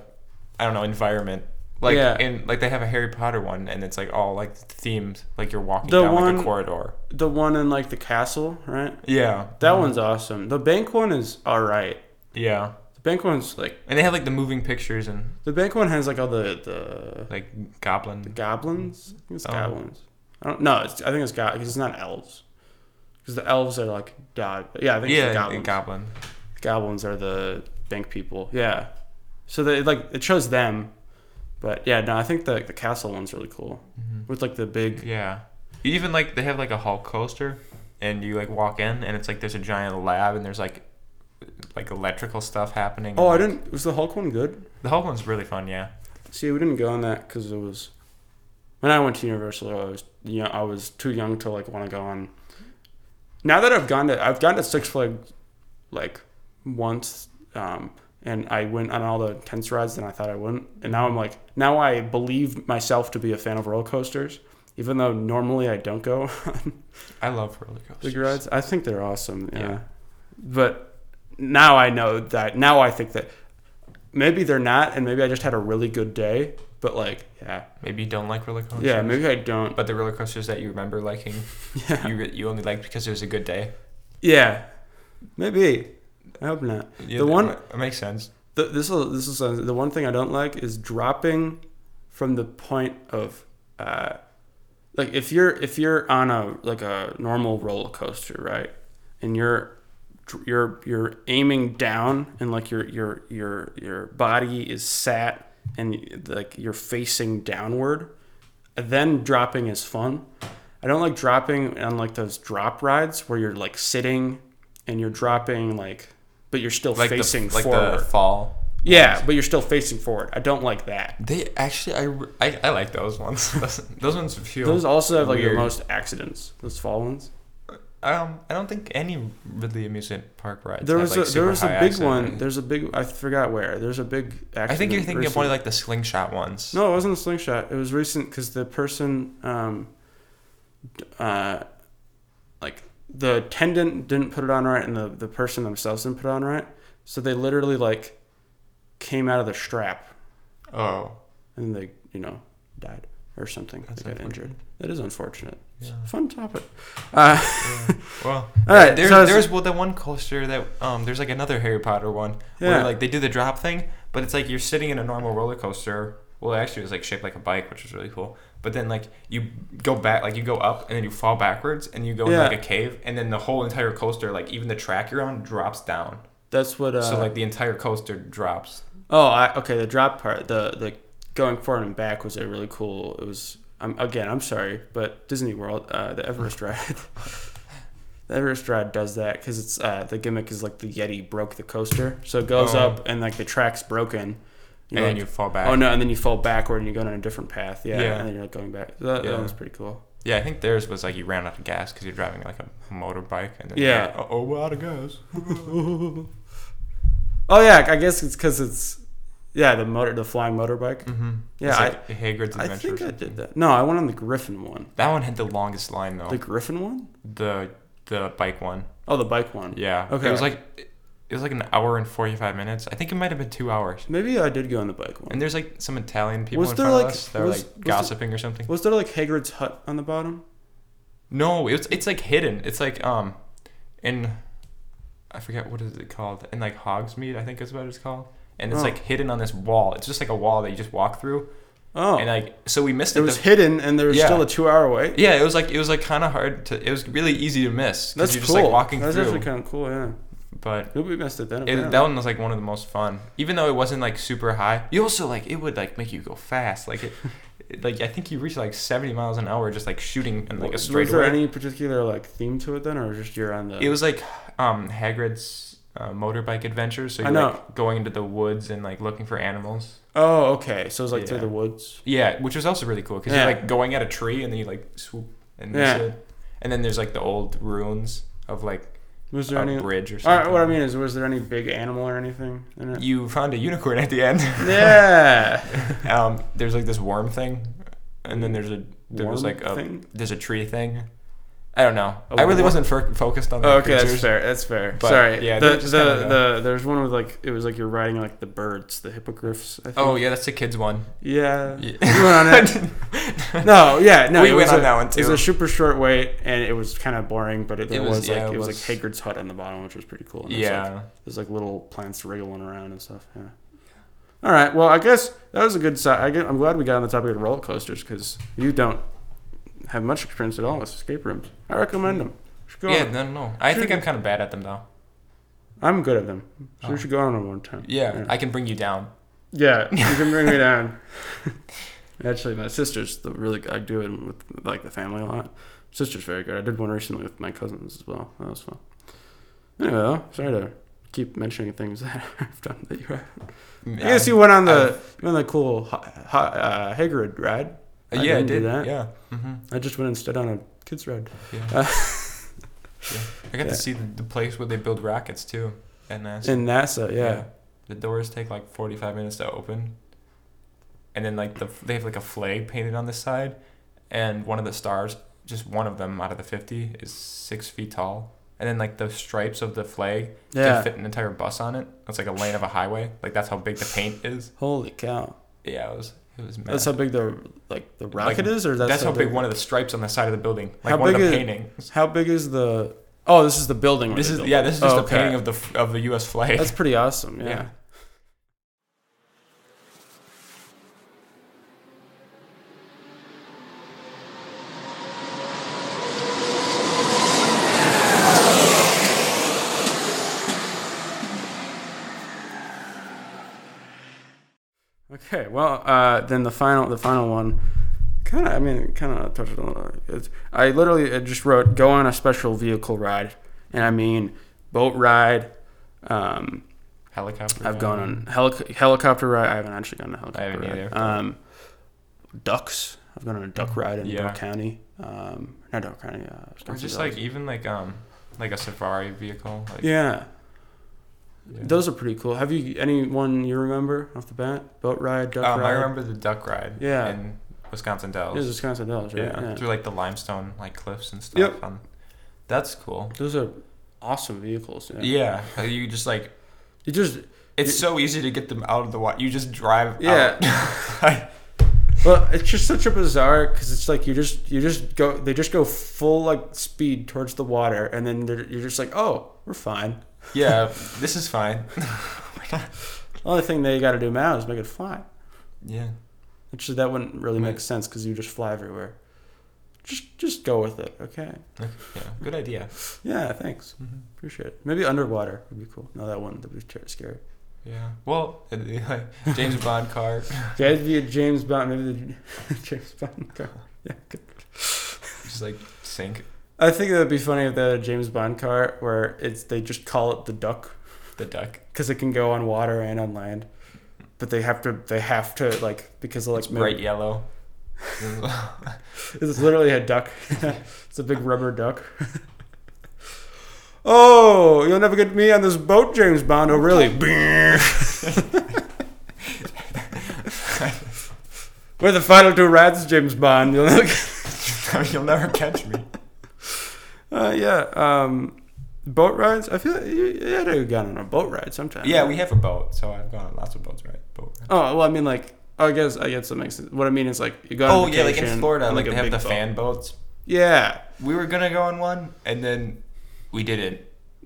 Speaker 2: I don't know, environment. Like
Speaker 1: Yeah.
Speaker 2: in like they have a Harry Potter one, and it's like all like themed. Like you're walking
Speaker 1: The
Speaker 2: down like
Speaker 1: one-
Speaker 2: a corridor.
Speaker 1: The one in like the castle, right?
Speaker 2: Yeah,
Speaker 1: That one's awesome. The bank one is all right.
Speaker 2: Yeah,
Speaker 1: The Bank one's like
Speaker 2: And they have like the moving pictures and
Speaker 1: the bank one has like all the the,
Speaker 2: like
Speaker 1: the
Speaker 2: goblin.
Speaker 1: goblins. I think it's
Speaker 2: Oh.
Speaker 1: goblins. I don't no. It's, I think it's got because it's not elves. Because the elves are like god. Yeah, I think it's
Speaker 2: Yeah,
Speaker 1: the
Speaker 2: goblin.
Speaker 1: goblins.
Speaker 2: goblin.
Speaker 1: goblins are the bank people. Yeah. So they like it shows them, but yeah. No, I think the the castle one's really cool with like the big.
Speaker 2: Yeah. Even like they have like a Hulk coaster, and you like walk in, and it's like there's a giant lab, and there's like like electrical stuff happening.
Speaker 1: Oh, I didn't. Was the Hulk one good?
Speaker 2: The Hulk one's really fun. Yeah.
Speaker 1: See, we didn't go on that because it was when I went to Universal. I was you know, I was too young to like want to go on. Now that I've gone to I've gone to Six Flags like once, um, and I went on all the tense rides, and I thought I wouldn't. And now I'm like, now I believe myself to be a fan of roller coasters, even though normally I don't go on
Speaker 2: I love roller
Speaker 1: big
Speaker 2: coasters.
Speaker 1: rides. I think they're awesome. Yeah.
Speaker 2: Yeah.
Speaker 1: But now I know that now I think that maybe they're not and maybe I just had a really good day, but like yeah.
Speaker 2: Maybe you don't like roller coasters.
Speaker 1: Yeah, maybe I don't.
Speaker 2: But the roller coasters that you remember liking,
Speaker 1: Yeah.
Speaker 2: you re- you only liked because it was a good day.
Speaker 1: Yeah. Maybe. I hope not.
Speaker 2: Yeah,
Speaker 1: The
Speaker 2: that
Speaker 1: one-
Speaker 2: ma- it makes sense.
Speaker 1: Th this will this is uh, the one thing I don't like is dropping from the point of uh like if you're if you're on a like a normal roller coaster, right? And you're dr- you're you're aiming down and like your your your your body is sat and like you're facing downward. Then dropping is fun. I don't like dropping on like those drop rides where you're like sitting and you're dropping like but you're still
Speaker 2: Like
Speaker 1: facing
Speaker 2: the, like
Speaker 1: forward.
Speaker 2: the fall.
Speaker 1: Yeah, but you're still facing forward. I don't like that.
Speaker 2: They actually, I, re- I, I like those ones. those, those ones feel.
Speaker 1: Those also have like the
Speaker 2: Weird.
Speaker 1: most accidents. Those fall ones.
Speaker 2: um, I don't think any Ridley amusement park rides.
Speaker 1: There
Speaker 2: have,
Speaker 1: was
Speaker 2: like,
Speaker 1: a, there
Speaker 2: super
Speaker 1: was a
Speaker 2: high
Speaker 1: big
Speaker 2: accident
Speaker 1: one.
Speaker 2: rate.
Speaker 1: There's a big. I forgot where. There's a big. Accident
Speaker 2: I think you're thinking of
Speaker 1: recent-
Speaker 2: one of like the slingshot ones.
Speaker 1: No, it wasn't a slingshot. It was recent because the person, um, d- uh, like the attendant didn't put it on right, and the the person themselves didn't put it on right. So they literally like came out of the strap,
Speaker 2: Oh.
Speaker 1: and they you know died or something.
Speaker 2: That's
Speaker 1: they got injured. That is unfortunate.
Speaker 2: Yeah.
Speaker 1: Fun topic. Uh,
Speaker 2: Well,
Speaker 1: All right,
Speaker 2: There,
Speaker 1: so it's-
Speaker 2: there's well the one coaster that um there's like another Harry Potter one
Speaker 1: Yeah.
Speaker 2: where like they do the drop thing, but it's like you're sitting in a normal roller coaster. Well, actually, it was like shaped like a bike, which was really cool. But then like you go back, like you go up and then you fall backwards and you go
Speaker 1: Yeah.
Speaker 2: in like a cave, and then the whole entire coaster, like even the track you're on, drops down.
Speaker 1: That's what. Uh,
Speaker 2: so like the entire coaster drops.
Speaker 1: oh, I, okay. The drop part, the the going forward and back was a really cool. It was. I'm again. I'm sorry, but Disney World, uh, the Everest ride. the Everest ride does that because it's uh, the gimmick is like the Yeti broke the coaster, so it goes
Speaker 2: Oh.
Speaker 1: up and like the track's broken. You're
Speaker 2: and then
Speaker 1: like,
Speaker 2: you fall back.
Speaker 1: Oh no! And then you fall backward and you go on a different path. Yeah,
Speaker 2: Yeah.
Speaker 1: and then you're like going back. So that, that
Speaker 2: Yeah.
Speaker 1: was pretty cool.
Speaker 2: Yeah, I think theirs was like you ran out of gas because you're driving like a motorbike, and then
Speaker 1: Yeah.
Speaker 2: you're like, oh, we're out of gas.
Speaker 1: oh yeah, I guess it's because it's yeah the motor, the flying motorbike.
Speaker 2: Mm-hmm.
Speaker 1: Yeah,
Speaker 2: it's
Speaker 1: I-
Speaker 2: like Hagrid's
Speaker 1: I
Speaker 2: Adventure.
Speaker 1: think
Speaker 2: or
Speaker 1: I
Speaker 2: something.
Speaker 1: did that. No, I went on the Griffin one.
Speaker 2: That one had the longest line though.
Speaker 1: The Griffin one?
Speaker 2: the the bike one.
Speaker 1: Oh, the bike one.
Speaker 2: Yeah.
Speaker 1: Okay.
Speaker 2: It was like it was like an hour and forty five minutes. I think it might have been two hours.
Speaker 1: Maybe I did go on the bike one.
Speaker 2: And there's like some Italian people
Speaker 1: Was
Speaker 2: in
Speaker 1: there,
Speaker 2: front
Speaker 1: like-
Speaker 2: of us that were
Speaker 1: was-
Speaker 2: like
Speaker 1: was there-
Speaker 2: gossiping or something.
Speaker 1: Was there like Hagrid's hut on the bottom?
Speaker 2: No, it's it's like hidden. It's like um, in I forget what is it called. In like Hogsmeade, I think is what it's called. And it's
Speaker 1: Oh.
Speaker 2: like hidden on this wall. It's just like a wall that you just walk through.
Speaker 1: Oh,
Speaker 2: And like so we missed
Speaker 1: it
Speaker 2: it.
Speaker 1: was
Speaker 2: the-
Speaker 1: hidden, and there was
Speaker 2: Yeah.
Speaker 1: still a two-hour wait.
Speaker 2: yeah, it was like it was like kind of hard to. It was really easy to miss
Speaker 1: That's
Speaker 2: because you're just
Speaker 1: cool.
Speaker 2: like walking
Speaker 1: That's
Speaker 2: through.
Speaker 1: actually kind of cool. Yeah,
Speaker 2: but
Speaker 1: nobody missed it then.
Speaker 2: It,
Speaker 1: apparently.
Speaker 2: that one was like one of the most fun, even though it wasn't like super high. You also like it would like make you go fast, like it, it- like I think you reached like seventy miles an hour just like shooting and like a
Speaker 1: was there
Speaker 2: straightaway.
Speaker 1: any particular like theme to it then, or just you're on the?
Speaker 2: It was like um Hagrid's uh, motorbike adventure, so
Speaker 1: I
Speaker 2: you're
Speaker 1: know.
Speaker 2: like going into the woods and like looking for animals.
Speaker 1: oh, okay. So it was like through
Speaker 2: Yeah.
Speaker 1: the woods.
Speaker 2: Yeah, which was also really cool because
Speaker 1: Yeah.
Speaker 2: you're like going at a tree and then you like swoop and miss
Speaker 1: Yeah.
Speaker 2: it, and then there's like the old ruins of like
Speaker 1: Was
Speaker 2: a
Speaker 1: there any? All
Speaker 2: bridge or something.
Speaker 1: right. What I mean is, was there any big animal or anything in it?
Speaker 2: You found a unicorn at the end.
Speaker 1: yeah.
Speaker 2: um, there's like this worm thing, and then there's a there was
Speaker 1: Worm
Speaker 2: like a
Speaker 1: thing?
Speaker 2: there's a tree thing, I don't know.
Speaker 1: A
Speaker 2: I really
Speaker 1: war-
Speaker 2: wasn't fo- focused on the
Speaker 1: Okay, that's
Speaker 2: creatures.
Speaker 1: fair. That's fair.
Speaker 2: But,
Speaker 1: Sorry.
Speaker 2: yeah,
Speaker 1: Yeah, the,
Speaker 2: they're
Speaker 1: the,
Speaker 2: just kinda-
Speaker 1: the, there's one with like it was like you're riding like the birds, the hippogriffs. I think.
Speaker 2: Oh yeah, that's the kids one.
Speaker 1: yeah.
Speaker 2: Yeah.
Speaker 1: You went on it. No, yeah, no.
Speaker 2: We
Speaker 1: it
Speaker 2: went
Speaker 1: was
Speaker 2: on
Speaker 1: a-
Speaker 2: that one,
Speaker 1: It was
Speaker 2: too.
Speaker 1: a super short wait, and it was kind of boring, but it, there
Speaker 2: was-
Speaker 1: was,
Speaker 2: yeah,
Speaker 1: like
Speaker 2: it
Speaker 1: it was,
Speaker 2: was-
Speaker 1: like Hagrid's hut on the bottom, which was pretty cool. And there's, like,
Speaker 2: yeah.
Speaker 1: there's like little plants wriggling around and stuff. Yeah. All right. Well, I guess that was a good side. I get, I'm glad we got on the topic of roller coasters because you don't have much experience at all with escape rooms. I recommend them. You should go
Speaker 2: Yeah,
Speaker 1: on-
Speaker 2: no, no, no. I think I'm kind of bad at them though.
Speaker 1: I'm good at them. So
Speaker 2: Oh.
Speaker 1: we should go on them one time.
Speaker 2: Yeah,
Speaker 1: Yeah.
Speaker 2: I can bring you down.
Speaker 1: Yeah, you can bring me down. Actually, my sister's the really I do it with like the family a lot. Sister's very good. I did one recently with my cousins as well. That was fun. Anyway, though, sorry to keep mentioning things that I've done that you have. I guess you went on the you went on the cool ha, ha, uh, Hagrid ride. I
Speaker 2: yeah, I
Speaker 1: didn't do
Speaker 2: did.
Speaker 1: that.
Speaker 2: Yeah. Mm-hmm.
Speaker 1: I just went instead on a kids ride.
Speaker 2: Yeah.
Speaker 1: Uh,
Speaker 2: Yeah. I got
Speaker 1: yeah.
Speaker 2: to see the, the place where they build rockets too, and that's
Speaker 1: In NASA, yeah.
Speaker 2: The doors take like 45 minutes to open, and then like the they have like a flag painted on the side, and one of the stars, just one of them out of the 50, is six feet tall, and then like the stripes of the flag
Speaker 1: Yeah.
Speaker 2: can fit an entire bus on it. That's like a lane of a highway. Like that's how big the paint is.
Speaker 1: Holy cow!
Speaker 2: Yeah, it was it was mad.
Speaker 1: That's how big the like the
Speaker 2: Like,
Speaker 1: rocket is, or that's,
Speaker 2: That's how big one of the stripes on the side of the building, like
Speaker 1: How
Speaker 2: one of
Speaker 1: big
Speaker 2: the
Speaker 1: is-
Speaker 2: paintings.
Speaker 1: How big is the? Oh, this is the building. where
Speaker 2: This
Speaker 1: they
Speaker 2: is
Speaker 1: built
Speaker 2: yeah,
Speaker 1: it.
Speaker 2: this is just
Speaker 1: Oh,
Speaker 2: a
Speaker 1: okay.
Speaker 2: painting of the f- of the U.S. flag.
Speaker 1: That's pretty awesome. Yeah.
Speaker 2: Yeah.
Speaker 1: Okay. Well, uh, then the final, the final one, kind of. I mean, kind of touched on. uh, It's, I literally uh, just wrote go on a special vehicle ride, and I mean boat ride. Um,
Speaker 2: helicopter.
Speaker 1: I've
Speaker 2: ride.
Speaker 1: gone on helic- helicopter ride. I haven't actually gone on a helicopter
Speaker 2: I haven't
Speaker 1: ride.
Speaker 2: either.
Speaker 1: Um, ducks. I've gone on a duck ride in
Speaker 2: Yeah.
Speaker 1: Door County. Um, not Door County. Uh,
Speaker 2: Or
Speaker 1: Wisconsin
Speaker 2: just
Speaker 1: Dells.
Speaker 2: like even like um like a safari vehicle. Like,
Speaker 1: yeah.
Speaker 2: yeah.
Speaker 1: those are pretty cool. Have you any one you remember off the bat? Boat ride, duck
Speaker 2: Um,
Speaker 1: ride.
Speaker 2: I remember the duck ride.
Speaker 1: Yeah.
Speaker 2: In Wisconsin
Speaker 1: It
Speaker 2: Dells.
Speaker 1: was Wisconsin Dells, right?
Speaker 2: yeah. Through like the limestone like cliffs and stuff.
Speaker 1: Yep.
Speaker 2: On, that's cool.
Speaker 1: Those are awesome vehicles. Yeah.
Speaker 2: Yeah. uh, You just like
Speaker 1: You just
Speaker 2: it's
Speaker 1: You-
Speaker 2: so easy to get them out of the water. You just drive.
Speaker 1: Yeah.
Speaker 2: Out.
Speaker 1: well, it's just such a bizarre because it's like you just you just go they just go full like speed towards the water and then they're, you're just like oh we're fine.
Speaker 2: yeah. This is fine.
Speaker 1: Only thing they got to do now is make it fly.
Speaker 2: Yeah.
Speaker 1: Actually, that wouldn't really
Speaker 2: Right.
Speaker 1: make sense because you just fly everywhere. Just just go with it, okay?
Speaker 2: Yeah. Good idea.
Speaker 1: Yeah, thanks.
Speaker 2: Mhm.
Speaker 1: Appreciate it. Maybe underwater would be cool. No, that wouldn't. That would be ter- scary.
Speaker 2: Yeah. Well, it'd be like James Bond car.
Speaker 1: Yeah, it'd be a James Bond. Maybe the James Bond car. Yeah, good.
Speaker 2: Just like sink
Speaker 1: I think that'd be funny if they had a James Bond car where it's they just call it the duck
Speaker 2: the duck.
Speaker 1: because it can go on water and on land, but they have to they have to like because of, like
Speaker 2: It's
Speaker 1: maybe-
Speaker 2: bright yellow.
Speaker 1: it's literally a duck. it's a big rubber duck. oh, you'll never get me on this boat, James Bond. Oh, really? We're the final two rats, James Bond. You'll never
Speaker 2: You'll never catch me.
Speaker 1: Uh, yeah. Um, boat rides. I feel you, you had to have gone on a boat ride sometime.
Speaker 2: Yeah, we have a boat, so I've gone on lots of boats, right? Boat.
Speaker 1: Oh well, I mean like. Oh, I guess I guess that makes sense. What I mean is like you go.
Speaker 2: Oh
Speaker 1: on
Speaker 2: yeah, like in
Speaker 1: vacation
Speaker 2: Florida,
Speaker 1: on,
Speaker 2: like
Speaker 1: a
Speaker 2: they have
Speaker 1: big
Speaker 2: the
Speaker 1: boat.
Speaker 2: fan boats.
Speaker 1: Yeah,
Speaker 2: We were gonna go on one, and then we didn't.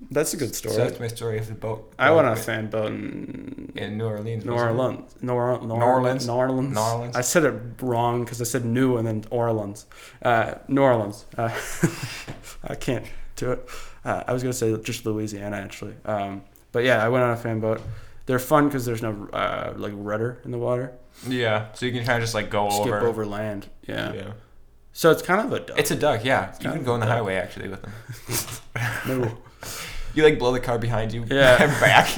Speaker 1: that's a good story.
Speaker 2: So that's my story of the boat.
Speaker 1: I went on a fan boat in
Speaker 2: in New Orleans.
Speaker 1: New
Speaker 2: wasn't it?
Speaker 1: Orleans. New Orleans. New
Speaker 2: Orleans?
Speaker 1: Orleans. New Orleans.
Speaker 2: New Orleans.
Speaker 1: I said it wrong because I said new and then Orleans. Uh, New Orleans. Uh, I can't do it. Uh, I was gonna say just Louisiana actually. Um, but yeah, I went on a fan boat. They're fun because there's no uh, like rudder in the water.
Speaker 2: Yeah, so you can kind of just like go
Speaker 1: Skip
Speaker 2: over.
Speaker 1: over, land. Yeah.
Speaker 2: Yeah.
Speaker 1: So it's kind of a duck.
Speaker 2: It's a duck, yeah. You
Speaker 1: kind
Speaker 2: can
Speaker 1: of
Speaker 2: go on the
Speaker 1: a duck.
Speaker 2: highway actually with them.
Speaker 1: No.
Speaker 2: You like blow the car behind you
Speaker 1: Yeah.
Speaker 2: and back.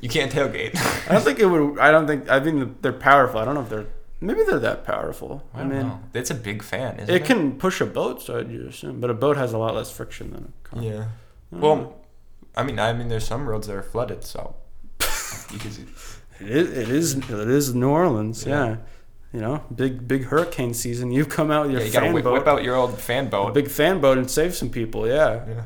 Speaker 2: you can't tailgate.
Speaker 1: I don't think it would. I don't think. I mean, they're powerful. I don't know if they're. Maybe they're that powerful. I,
Speaker 2: I
Speaker 1: mean,
Speaker 2: mean, it's a big fan, isn't it?
Speaker 1: it can push a boat, so you assume, but a boat has a lot less friction than a car.
Speaker 2: Yeah.
Speaker 1: I don't know.
Speaker 2: Well, I mean, I mean, there's some roads that are flooded, so you can see.
Speaker 1: It is. It is. It is New Orleans.
Speaker 2: Yeah.
Speaker 1: Yeah. You know, big big hurricane season. You've come out with your
Speaker 2: yeah, you gotta
Speaker 1: fan
Speaker 2: whip,
Speaker 1: boat,
Speaker 2: whip out your old fan
Speaker 1: a
Speaker 2: boat.
Speaker 1: big fan boat, and save some people. Yeah.
Speaker 2: Yeah.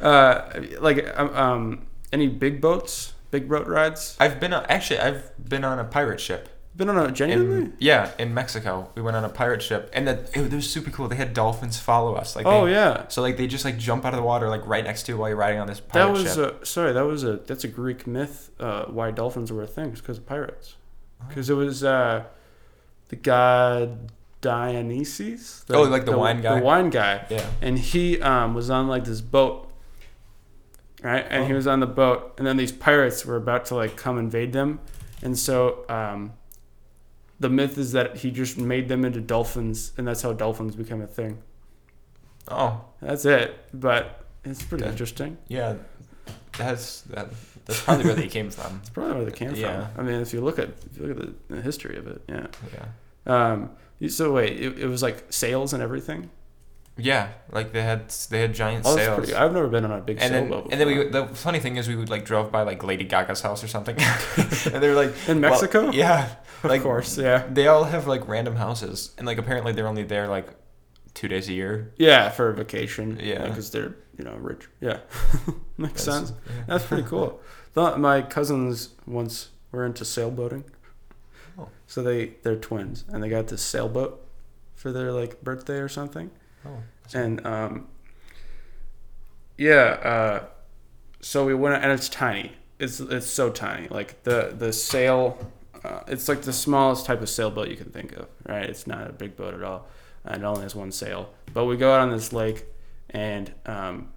Speaker 1: Uh, like um, um, any big boats, big boat rides.
Speaker 2: I've been on, actually I've been on a pirate ship.
Speaker 1: Been on a genuinely.
Speaker 2: In, yeah, in Mexico, we went on a pirate ship, and that it, was super cool. They had dolphins follow us. Like
Speaker 1: oh
Speaker 2: they,
Speaker 1: yeah,
Speaker 2: So like they just like jump out of the water like right next to you while you're riding on this pirate
Speaker 1: that was uh,
Speaker 2: ship.
Speaker 1: a, sorry. That was a that's a Greek myth. Uh, why dolphins were a thing because of pirates. Because it was uh, the god Dionysus.
Speaker 2: Oh, like the wine guy?
Speaker 1: The wine guy.
Speaker 2: yeah.
Speaker 1: and he um, was on like this boat right and he
Speaker 2: Oh.
Speaker 1: was on the boat and then these pirates were about to like come invade them and so um, the myth is that he just made them into dolphins and that's how dolphins became a thing
Speaker 2: Oh
Speaker 1: that's it but it's pretty
Speaker 2: Okay.
Speaker 1: interesting
Speaker 2: yeah, that's that. That's probably where they came from.
Speaker 1: it's probably where they came
Speaker 2: Yeah.
Speaker 1: from i mean if you look at if you look at the, the history of it yeah
Speaker 2: Yeah.
Speaker 1: um, you- so wait it, it was like sails and everything
Speaker 2: Yeah, like they had they had giant
Speaker 1: oh that's
Speaker 2: sails.
Speaker 1: pretty i've never been on a big
Speaker 2: and then,
Speaker 1: sailboat
Speaker 2: and then we
Speaker 1: before.
Speaker 2: the funny thing is we would like drove by like Lady Gaga's house or something, and they were like
Speaker 1: in
Speaker 2: well,
Speaker 1: mexico
Speaker 2: yeah,
Speaker 1: of
Speaker 2: like
Speaker 1: course yeah
Speaker 2: they all have like random houses, and like apparently they're only there like two days a year.
Speaker 1: Yeah, for a vacation.
Speaker 2: Yeah.
Speaker 1: because they're you know rich. Yeah, makes
Speaker 2: That's-
Speaker 1: sense.
Speaker 2: yeah.
Speaker 1: That's pretty cool. Thought my cousins once were into sailboating,
Speaker 2: Oh.
Speaker 1: so they they're twins and they got this sailboat for their like birthday or something.
Speaker 2: Oh, that's-
Speaker 1: And um, yeah, uh, so we went and it's tiny. It's it's so tiny. Like the the sail, uh, it's like the smallest type of sailboat you can think of. Right? It's not a big boat at all. And it only has one sail. But we go out on this lake, and um,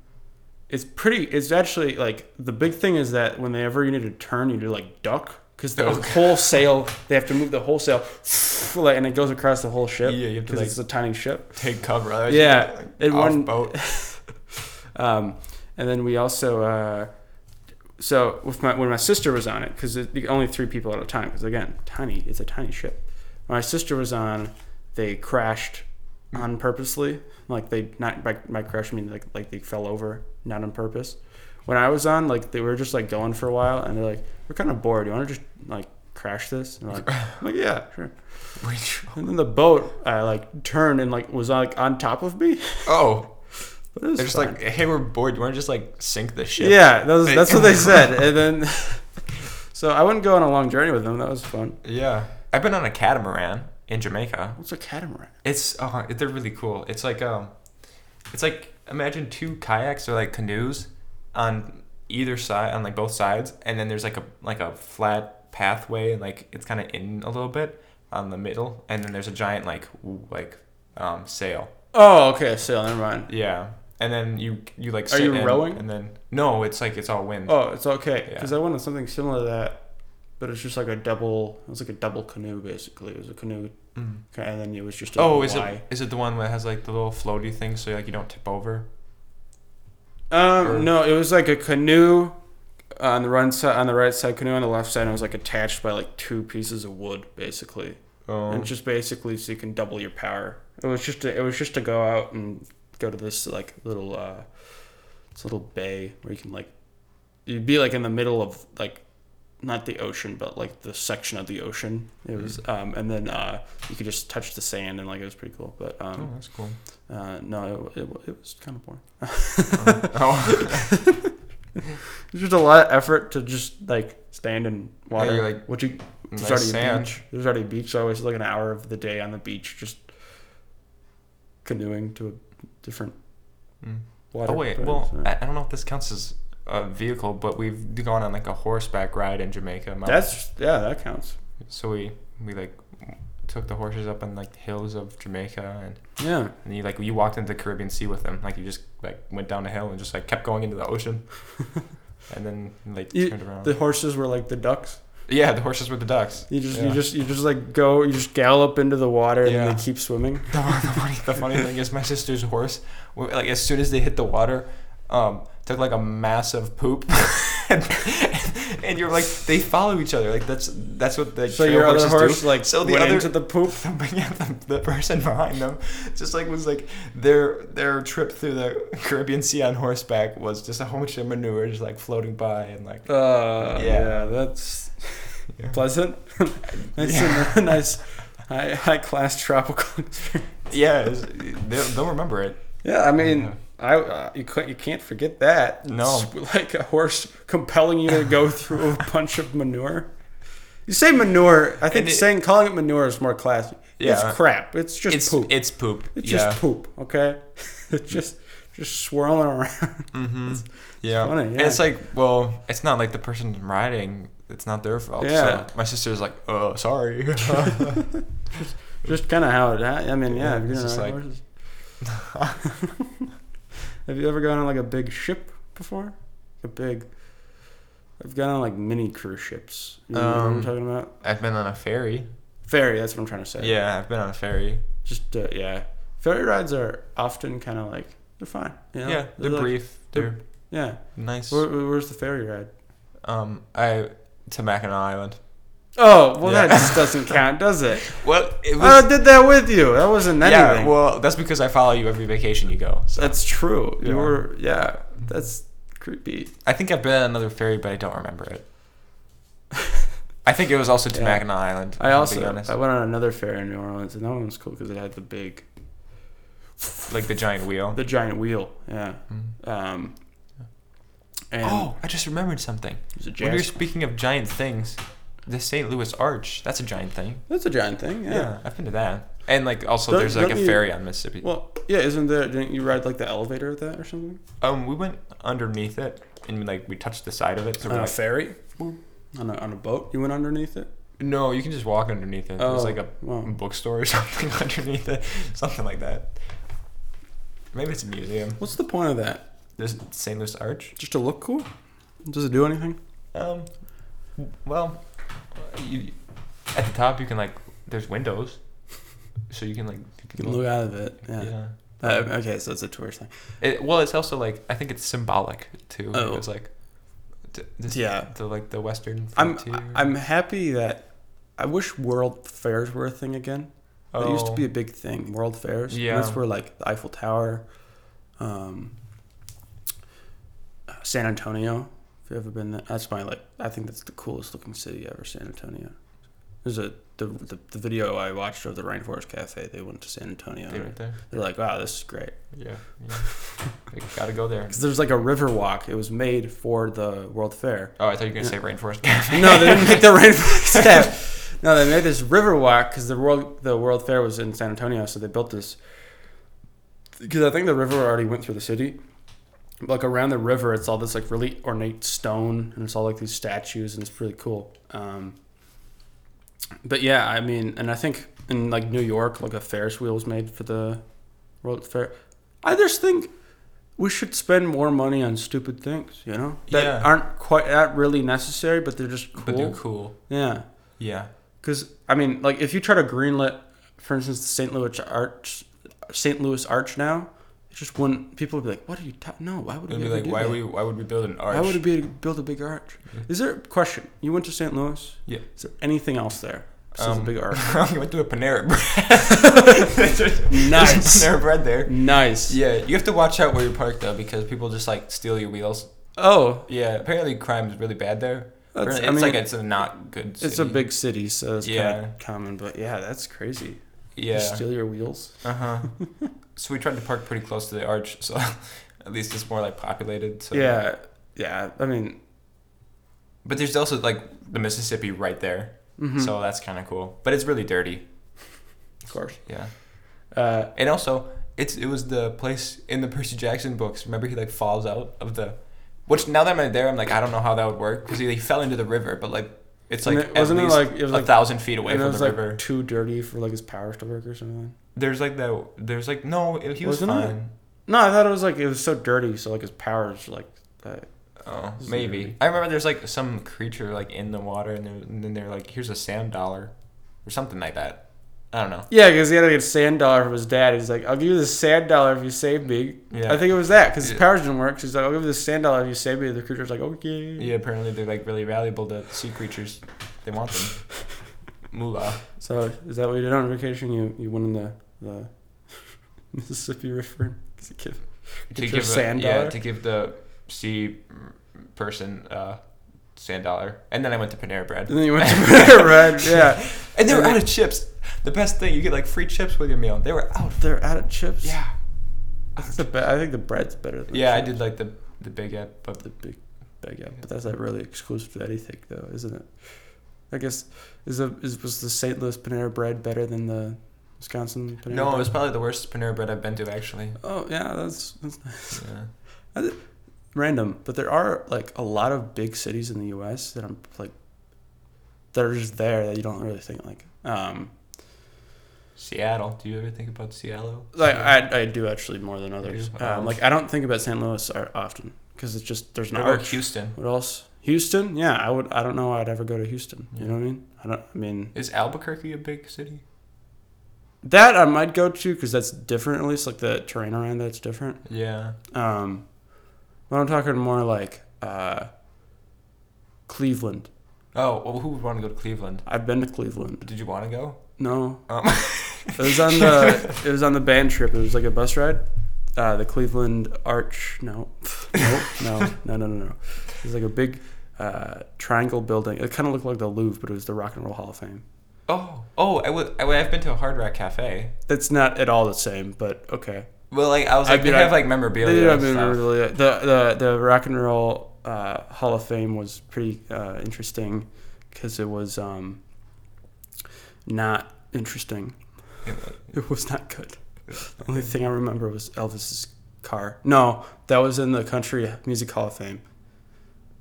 Speaker 1: it's pretty. It's actually like the big thing is that whenever you need to turn, you do like duck because the
Speaker 2: Oh.
Speaker 1: whole sail they have to move the whole sail, like, and it goes across the whole ship.
Speaker 2: Yeah, you have to,
Speaker 1: 'cause
Speaker 2: like-
Speaker 1: it's a tiny ship.
Speaker 2: take cover. otherwise
Speaker 1: Yeah,
Speaker 2: you're, like,
Speaker 1: it
Speaker 2: off
Speaker 1: wouldn't-
Speaker 2: boat.
Speaker 1: Um, and then we also, uh, so with my when my sister was on it, because only three people at a time, because again, tiny, it's a tiny ship. When my sister was on, they crashed
Speaker 2: Mm.
Speaker 1: on purposely, like they not by, by crash I mean like like they fell over, not on purpose. When I was on, like they were just like going for a while, and they're like, we're kind of bored. You want to just like crash this? And I'm like, I'm like yeah, sure. And then the boat, I like turned and like was like on top of me.
Speaker 2: oh,
Speaker 1: But it was
Speaker 2: They're just
Speaker 1: fun.
Speaker 2: like, hey, we're bored. You want to just like sink the ship?
Speaker 1: Yeah, that was,
Speaker 2: Hey.
Speaker 1: that's what they said. And then, so I wouldn't go on a long journey with them. That was fun.
Speaker 2: Yeah. I've been on a catamaran in Jamaica.
Speaker 1: What's a catamaran?
Speaker 2: It's uh, they're really cool. It's like um, it's like imagine two kayaks or like canoes on either side on like both sides, and then there's like a like a flat pathway and like it's kind of in a little bit on the middle, and then there's a giant like w- like um sail.
Speaker 1: Oh, okay, sail. Never mind.
Speaker 2: Yeah. And then you you like
Speaker 1: Are
Speaker 2: sit
Speaker 1: you
Speaker 2: in,
Speaker 1: rowing?
Speaker 2: And then no, it's like it's all wind.
Speaker 1: Oh, it's okay because
Speaker 2: Yeah.
Speaker 1: I wanted something similar to that, but it's just like a double. It was like a double canoe basically. It was a canoe,
Speaker 2: Mm.
Speaker 1: okay, and then it was just. A
Speaker 2: Oh, is
Speaker 1: Y.
Speaker 2: it is it the one that has like the little floaty thing so like you don't tip over?
Speaker 1: Um,
Speaker 2: or-
Speaker 1: no, it was like a canoe on the run side, on the right side canoe on the left side. And it was like attached by like two pieces of wood basically,
Speaker 2: Oh,
Speaker 1: and just basically so you can double your power. It was just to, it was just to go out and go to this like little uh, this little bay where you can like you'd be like in the middle of like not the ocean but like the section of the ocean. It was um, and then uh, you could just touch the sand and like it was pretty cool. But
Speaker 2: oh
Speaker 1: um,
Speaker 2: that's cool.
Speaker 1: uh, no, it, it, it was kind of boring.
Speaker 2: oh,
Speaker 1: It's just a lot of effort to just like stand in water.
Speaker 2: you're like,
Speaker 1: what you
Speaker 2: nice
Speaker 1: There's already a
Speaker 2: sand.
Speaker 1: beach. There's already a beach, so I was like an hour of the day on the beach just canoeing to a different
Speaker 2: Mm.
Speaker 1: water.
Speaker 2: Oh wait,
Speaker 1: body,
Speaker 2: well
Speaker 1: so-
Speaker 2: I, I don't know if this counts as a vehicle, but we've gone on like a horseback ride in Jamaica. Mount-
Speaker 1: that's yeah, that counts.
Speaker 2: so we we like took the horses up on like the hills of Jamaica, and,
Speaker 1: Yeah,
Speaker 2: and you like you walked into the Caribbean Sea with them. Like you just like went down a hill and just like kept going into the ocean, and then like
Speaker 1: You-
Speaker 2: turned around.
Speaker 1: the horses were like the ducks.
Speaker 2: yeah, the horses were the ducks.
Speaker 1: You just you
Speaker 2: Yeah.
Speaker 1: just you just like go, you just gallop into the water, and
Speaker 2: Yeah.
Speaker 1: then they keep swimming.
Speaker 2: the, the funny, the funny thing is my sister's horse w- like as soon as they hit the water um, took like a massive poop and, and you're like they follow each other like that's that's what the
Speaker 1: so
Speaker 2: trail
Speaker 1: your other
Speaker 2: horses
Speaker 1: horse
Speaker 2: do.
Speaker 1: like
Speaker 2: so the
Speaker 1: went
Speaker 2: other
Speaker 1: into the poop.
Speaker 2: the, yeah, the, the person behind them just like was like their their trip through the Caribbean Sea on horseback was just a whole bunch of manure just like floating by and like
Speaker 1: Uh, yeah.
Speaker 2: Yeah.
Speaker 1: that's
Speaker 2: Yeah.
Speaker 1: Pleasant. nice,
Speaker 2: Yeah.
Speaker 1: nice, high, high class tropical. experience.
Speaker 2: Yeah, it's- they'll, they'll remember it.
Speaker 1: Yeah, I mean,
Speaker 2: Yeah.
Speaker 1: I uh, you can't you can't forget that.
Speaker 2: No.
Speaker 1: It's like a horse compelling you to go through a bunch of manure. You say manure. I think
Speaker 2: And it-
Speaker 1: saying calling it manure is more classy.
Speaker 2: Yeah.
Speaker 1: it's crap. It's just
Speaker 2: it's
Speaker 1: poop.
Speaker 2: it's poop.
Speaker 1: it's
Speaker 2: yeah.
Speaker 1: just poop. Okay, it's just just swirling around.
Speaker 2: hmm Yeah.
Speaker 1: funny,
Speaker 2: And
Speaker 1: yeah.
Speaker 2: it's like, well, it's not like the person riding. It's not their fault.
Speaker 1: Yeah.
Speaker 2: So my sister's like, oh, sorry.
Speaker 1: Just kind of how it. ha- I mean, yeah.
Speaker 2: Yeah,
Speaker 1: if you're
Speaker 2: it's
Speaker 1: gonna
Speaker 2: just
Speaker 1: ride
Speaker 2: like-
Speaker 1: horses. Have you ever gone on like a big ship before? A big. I've gone on like mini cruise ships. You know what
Speaker 2: Um,
Speaker 1: I'm talking about?
Speaker 2: I've been on a ferry.
Speaker 1: Ferry. That's what I'm trying to say.
Speaker 2: Yeah, I've been on a ferry.
Speaker 1: Just uh, yeah. Ferry rides are often kind of like they're fine. You know?
Speaker 2: Yeah, they're,
Speaker 1: like-
Speaker 2: brief.
Speaker 1: they're-
Speaker 2: They're
Speaker 1: Yeah.
Speaker 2: nice.
Speaker 1: Where, where- where's the ferry ride?
Speaker 2: Um, I to Mackinac Island.
Speaker 1: Oh well,
Speaker 2: Yeah.
Speaker 1: that just doesn't count, does it?
Speaker 2: Well, it
Speaker 1: I did that with you. That wasn't anything.
Speaker 2: yeah. Well, that's because I follow you every vacation you go. So
Speaker 1: that's true.
Speaker 2: Yeah.
Speaker 1: You were yeah. That's creepy.
Speaker 2: I think I've been on another ferry, but I don't remember it. I think it was also to
Speaker 1: Yeah.
Speaker 2: Mackinac Island.
Speaker 1: I
Speaker 2: to be
Speaker 1: also uh,
Speaker 2: honest.
Speaker 1: I went on another ferry in New Orleans, and that one was cool because it had the big,
Speaker 2: like the giant wheel.
Speaker 1: the giant wheel. Yeah.
Speaker 2: Mhm.
Speaker 1: Um. And
Speaker 2: oh, I just remembered something.
Speaker 1: it was a
Speaker 2: When you're
Speaker 1: jazz.
Speaker 2: speaking of giant things, the St. Louis Arch, that's a giant thing.
Speaker 1: That's a giant thing.
Speaker 2: Yeah,
Speaker 1: yeah.
Speaker 2: I've been to that. And like also
Speaker 1: Don't-
Speaker 2: there's like a
Speaker 1: don't you-
Speaker 2: ferry on Mississippi.
Speaker 1: Well, yeah, isn't there? Didn't you ride like the elevator at that or something?
Speaker 2: um we went underneath it and like we touched the side of it.
Speaker 1: Uh,
Speaker 2: So we're like,
Speaker 1: ferry, Hmm. on a, on a boat. You went underneath it.
Speaker 2: no, you can just walk underneath it. There's like a
Speaker 1: Oh, wow.
Speaker 2: bookstore or something underneath it. Something like that. Maybe it's a museum.
Speaker 1: What's the point of that?
Speaker 2: There's St. Louis Arch.
Speaker 1: Just to look cool? Does it do anything?
Speaker 2: Um well you, at the top you can like there's windows. So you can like you
Speaker 1: You can look out of it. Yeah.
Speaker 2: yeah.
Speaker 1: Uh, okay, so it's a tourist thing.
Speaker 2: It, well, it's also like I think it's symbolic too.
Speaker 1: Oh.
Speaker 2: It's like t- this,
Speaker 1: Yeah.
Speaker 2: the like the Western
Speaker 1: I'm
Speaker 2: frontier.
Speaker 1: I- I'm happy that I wish World Fairs were a thing again. It used to
Speaker 2: Oh.
Speaker 1: be a big thing. World Fairs. And
Speaker 2: Yeah.
Speaker 1: that's where like the Eiffel Tower, um, uh, San Antonio. If you have ever been there, that's my like. I think that's the coolest looking city ever. San Antonio. There's a the, the, the video I watched of the Rainforest Cafe. They went to San Antonio.
Speaker 2: They went there.
Speaker 1: They're like, wow, this is great.
Speaker 2: Yeah, yeah. They gotta go there.
Speaker 1: Because there's like a river walk. It was made for the World Fair.
Speaker 2: Oh, I thought you were gonna say rainforest cafe.
Speaker 1: No, they didn't make the rainforest cafe. No, they made this river walk because the world the World Fair was in San Antonio, so they built this. Because I think the river already went through the city. Like around the river, it's all this like really ornate stone, and it's all like these statues, and it's really cool. Um, but yeah, I mean, and I think in like New York, like a Ferris wheel was made for the World Fair. I just think we should spend more money on stupid things, you know, that
Speaker 2: Yeah.
Speaker 1: aren't quite that really necessary, but they're just cool.
Speaker 2: But they're cool.
Speaker 1: Yeah,
Speaker 2: Yeah.
Speaker 1: because I mean, like if you try to greenlit, for instance, the St. Louis Arch, St. Louis Arch now, it just wouldn't. People would be like, "What are you talking? No, why would
Speaker 2: They'd
Speaker 1: we
Speaker 2: be
Speaker 1: ever
Speaker 2: like,
Speaker 1: do
Speaker 2: why
Speaker 1: that?
Speaker 2: we why would we build an arch? Mm-hmm.
Speaker 1: Why would it be to build a big arch? Is there question? You went to St. Louis.
Speaker 2: Yeah.
Speaker 1: Is there anything else there? Besides
Speaker 2: Um,
Speaker 1: a big arch.
Speaker 2: we went to a Panera Bread.
Speaker 1: Nice.
Speaker 2: Panera Bread there.
Speaker 1: Nice.
Speaker 2: Yeah, you have to watch out where you park though, because people just like steal your wheels.
Speaker 1: Oh,
Speaker 2: Yeah, apparently crime is really bad there.
Speaker 1: That's-
Speaker 2: Apparently-
Speaker 1: I
Speaker 2: it's
Speaker 1: mean,
Speaker 2: like it's a not good. City.
Speaker 1: it's a big city, so it's kind
Speaker 2: Yeah.
Speaker 1: of common. But yeah, that's crazy.
Speaker 2: yeah.
Speaker 1: You steal your wheels.
Speaker 2: Uh huh. so we tried to park pretty close to the arch, so at least it's more like populated. So
Speaker 1: yeah, yeah. I mean,
Speaker 2: But there's also like the Mississippi right there,
Speaker 1: mhm,
Speaker 2: so that's kind of cool. But it's really dirty.
Speaker 1: of course.
Speaker 2: Yeah.
Speaker 1: Uh,
Speaker 2: And also, it's it was the place in the Percy Jackson books. Remember he like falls out of the, which now that I'm there, I'm like I don't know how that would work because he, he fell into the river, but like it's like
Speaker 1: And it- wasn't it,
Speaker 2: at least
Speaker 1: like- it was, like-
Speaker 2: a thousand feet away
Speaker 1: and it
Speaker 2: from
Speaker 1: was
Speaker 2: the
Speaker 1: like
Speaker 2: river.
Speaker 1: too dirty for like his powers to work or something.
Speaker 2: There's like that. There's like no. It, he was
Speaker 1: Wasn't it?
Speaker 2: fine.
Speaker 1: No, I thought it was like it was so dirty, so like his powers like uh,
Speaker 2: Oh,
Speaker 1: It's
Speaker 2: maybe.
Speaker 1: literally-
Speaker 2: I remember there's like some creature like in the water, and, there, and then they're like, "Here's a sand dollar," or something like that. I don't know.
Speaker 1: yeah, because he had to get a sand dollar from his dad. He's like, "I'll give you the sand dollar if you save me."
Speaker 2: Yeah.
Speaker 1: I think it was that because his
Speaker 2: Yeah.
Speaker 1: powers didn't work. So he's like, "I'll give you the sand dollar if you save me." The creature's like, "Okay."
Speaker 2: Yeah, apparently they're like really valuable to sea creatures. They want them. Moolah.
Speaker 1: So is that what you did on vacation? You you went in the the Mississippi River as a kid? Get your
Speaker 2: a-
Speaker 1: sand
Speaker 2: yeah,
Speaker 1: dollar?
Speaker 2: to give the sea person uh, sand dollar. And then I went to Panera Bread.
Speaker 1: And then you went to Panera Bread, yeah.
Speaker 2: And they were
Speaker 1: And
Speaker 2: out
Speaker 1: they-
Speaker 2: of chips. The best thing, you get like free chips with your meal. They were out.
Speaker 1: They're out of chips.
Speaker 2: Yeah.
Speaker 1: I think the, be- I think the bread's better. Than
Speaker 2: Yeah, I
Speaker 1: chips.
Speaker 2: did like the the big app, but
Speaker 1: the big baguette, but that's not really exclusive to anything, though, isn't it? I guess is the is was the St. Louis Panera Bread better than the Wisconsin Panera?
Speaker 2: no,
Speaker 1: Bread?
Speaker 2: it was probably the worst Panera Bread I've been to actually.
Speaker 1: Oh yeah, that's, that's
Speaker 2: Yeah.
Speaker 1: random, but there are like a lot of big cities in the U.S. that I'm like that are just there that you don't really think like. Um,
Speaker 2: Seattle. Do you ever think about Seattle?
Speaker 1: like I, I do actually more than others.
Speaker 2: do? Wow.
Speaker 1: Um, like I don't think about St. Louis ar- often because it's just there's
Speaker 2: What
Speaker 1: not.
Speaker 2: about Houston?
Speaker 1: What else? Houston? Yeah, I would. I don't know. why I'd ever go to Houston. You know what I mean? I don't. I mean.
Speaker 2: Is Albuquerque a big city?
Speaker 1: That I might go to because that's different. At least like the terrain around that's different.
Speaker 2: Yeah.
Speaker 1: Um, but I'm talking more like uh, Cleveland.
Speaker 2: Oh, well, who would want to go to Cleveland?
Speaker 1: I've been to Cleveland.
Speaker 2: Did you want to go?
Speaker 1: No,
Speaker 2: Um,
Speaker 1: it was on the it was on the band trip. It was like a bus ride. Uh, the Cleveland Arch. No, no, no, no, no, no, no. It was like a big uh, triangle building. It kind of looked like the Louvre, but it was the Rock and Roll Hall of Fame.
Speaker 2: oh, oh, I would. I would- I've been to a Hard Rock Cafe.
Speaker 1: It's not at all the same, but okay.
Speaker 2: Well, like I was
Speaker 1: I
Speaker 2: like,
Speaker 1: mean,
Speaker 2: they
Speaker 1: I-
Speaker 2: have like
Speaker 1: They
Speaker 2: memorabilia.
Speaker 1: did have
Speaker 2: and stuff.
Speaker 1: memorabilia. The, the the rock and roll uh, Hall of Fame was pretty uh, interesting because it was um, not interesting. It was not good. The only thing I remember was Elvis's car. No, that was in the Country Music Hall of Fame.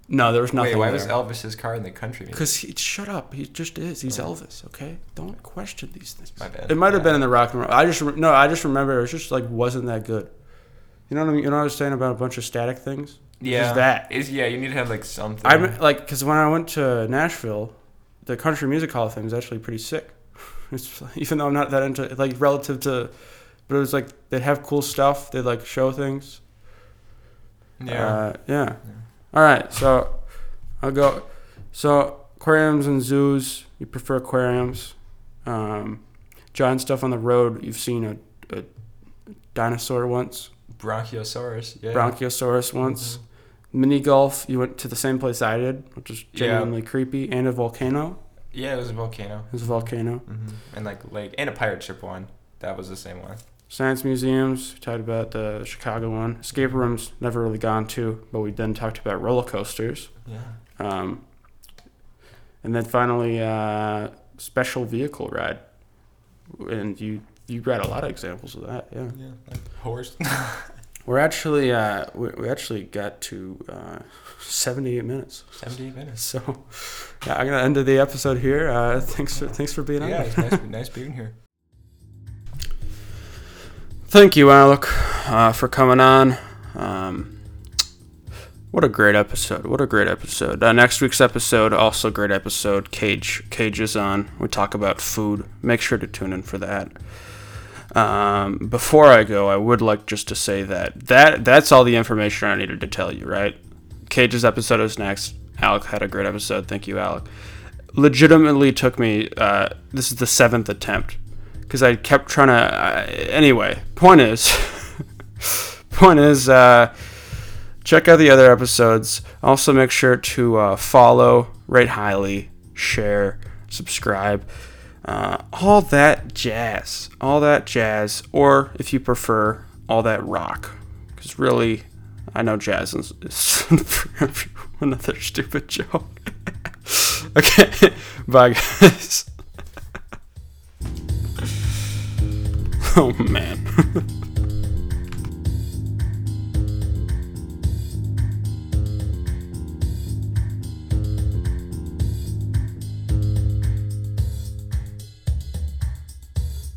Speaker 1: No, there was nothing.
Speaker 2: Wait, why
Speaker 1: there.
Speaker 2: was Elvis's car in the country? music?
Speaker 1: Because he shut up. He just is. He's Elvis. Okay, don't question these things.
Speaker 2: My bad.
Speaker 1: It might have
Speaker 2: Yeah.
Speaker 1: been in the rock and roll. I just rem- no. I just remember it was just like wasn't that good. You know what I mean? You know what I was saying about a bunch of static things. It's
Speaker 2: Yeah.
Speaker 1: Just that.
Speaker 2: Is yeah, you need to have like something.
Speaker 1: I am like because when I went to Nashville, the Country Music Hall of Fame is actually pretty sick. It's like, even though I'm not that into like relative to, but it was like they'd have cool stuff. They'd like show things.
Speaker 2: yeah.
Speaker 1: Uh, yeah. All right. So I'll go. So aquariums and zoos. You prefer aquariums. Um, John stuff on the road. You've seen a, a dinosaur once,
Speaker 2: Bronchiosaurus. Yeah. Mm-hmm.
Speaker 1: bronchiosaurus once. Mini golf. You went to the same place I did, which is
Speaker 2: Yeah.
Speaker 1: genuinely creepy, and a volcano.
Speaker 2: Yeah, it was a volcano.
Speaker 1: There's a volcano.
Speaker 2: hmm And like lake and a pirate ship one. That was the same one.
Speaker 1: Science museums. We talked about the Chicago one. Escape rooms. Never really gone to, but we then talked about roller coasters.
Speaker 2: Yeah.
Speaker 1: Um, and then finally, uh, special vehicle ride. And you you read a lot of examples of that. Yeah,
Speaker 2: Yeah. Like horse.
Speaker 1: we're actually uh, we, we actually got to uh, seventy eight minutes.
Speaker 2: Seventy minutes.
Speaker 1: So yeah, I'm gonna end the episode here. Uh, thanks for thanks for being on.
Speaker 2: Yeah, it's nice, nice being here.
Speaker 1: Thank you, Alec, uh, for coming on. Um, what a great episode! What a great episode! Uh, next week's episode, also great episode. Cage Cage is on. We talk about food. Make sure to tune in for that. Um, before I go, I would like just to say that that that's all the information I needed to tell you. Right? Cage's episode is next. Alec had a great episode. Thank you, Alec. Legitimately took me. Uh, this is the seventh attempt because I kept trying to. Uh, anyway, point is, point is, uh, check out the other episodes. Also, make sure to uh, follow, rate highly, share, subscribe, uh, all that jazz, all that jazz, or if you prefer, all that rock. Because really, I know jazz is, is another stupid joke. okay, bye guys. Oh man.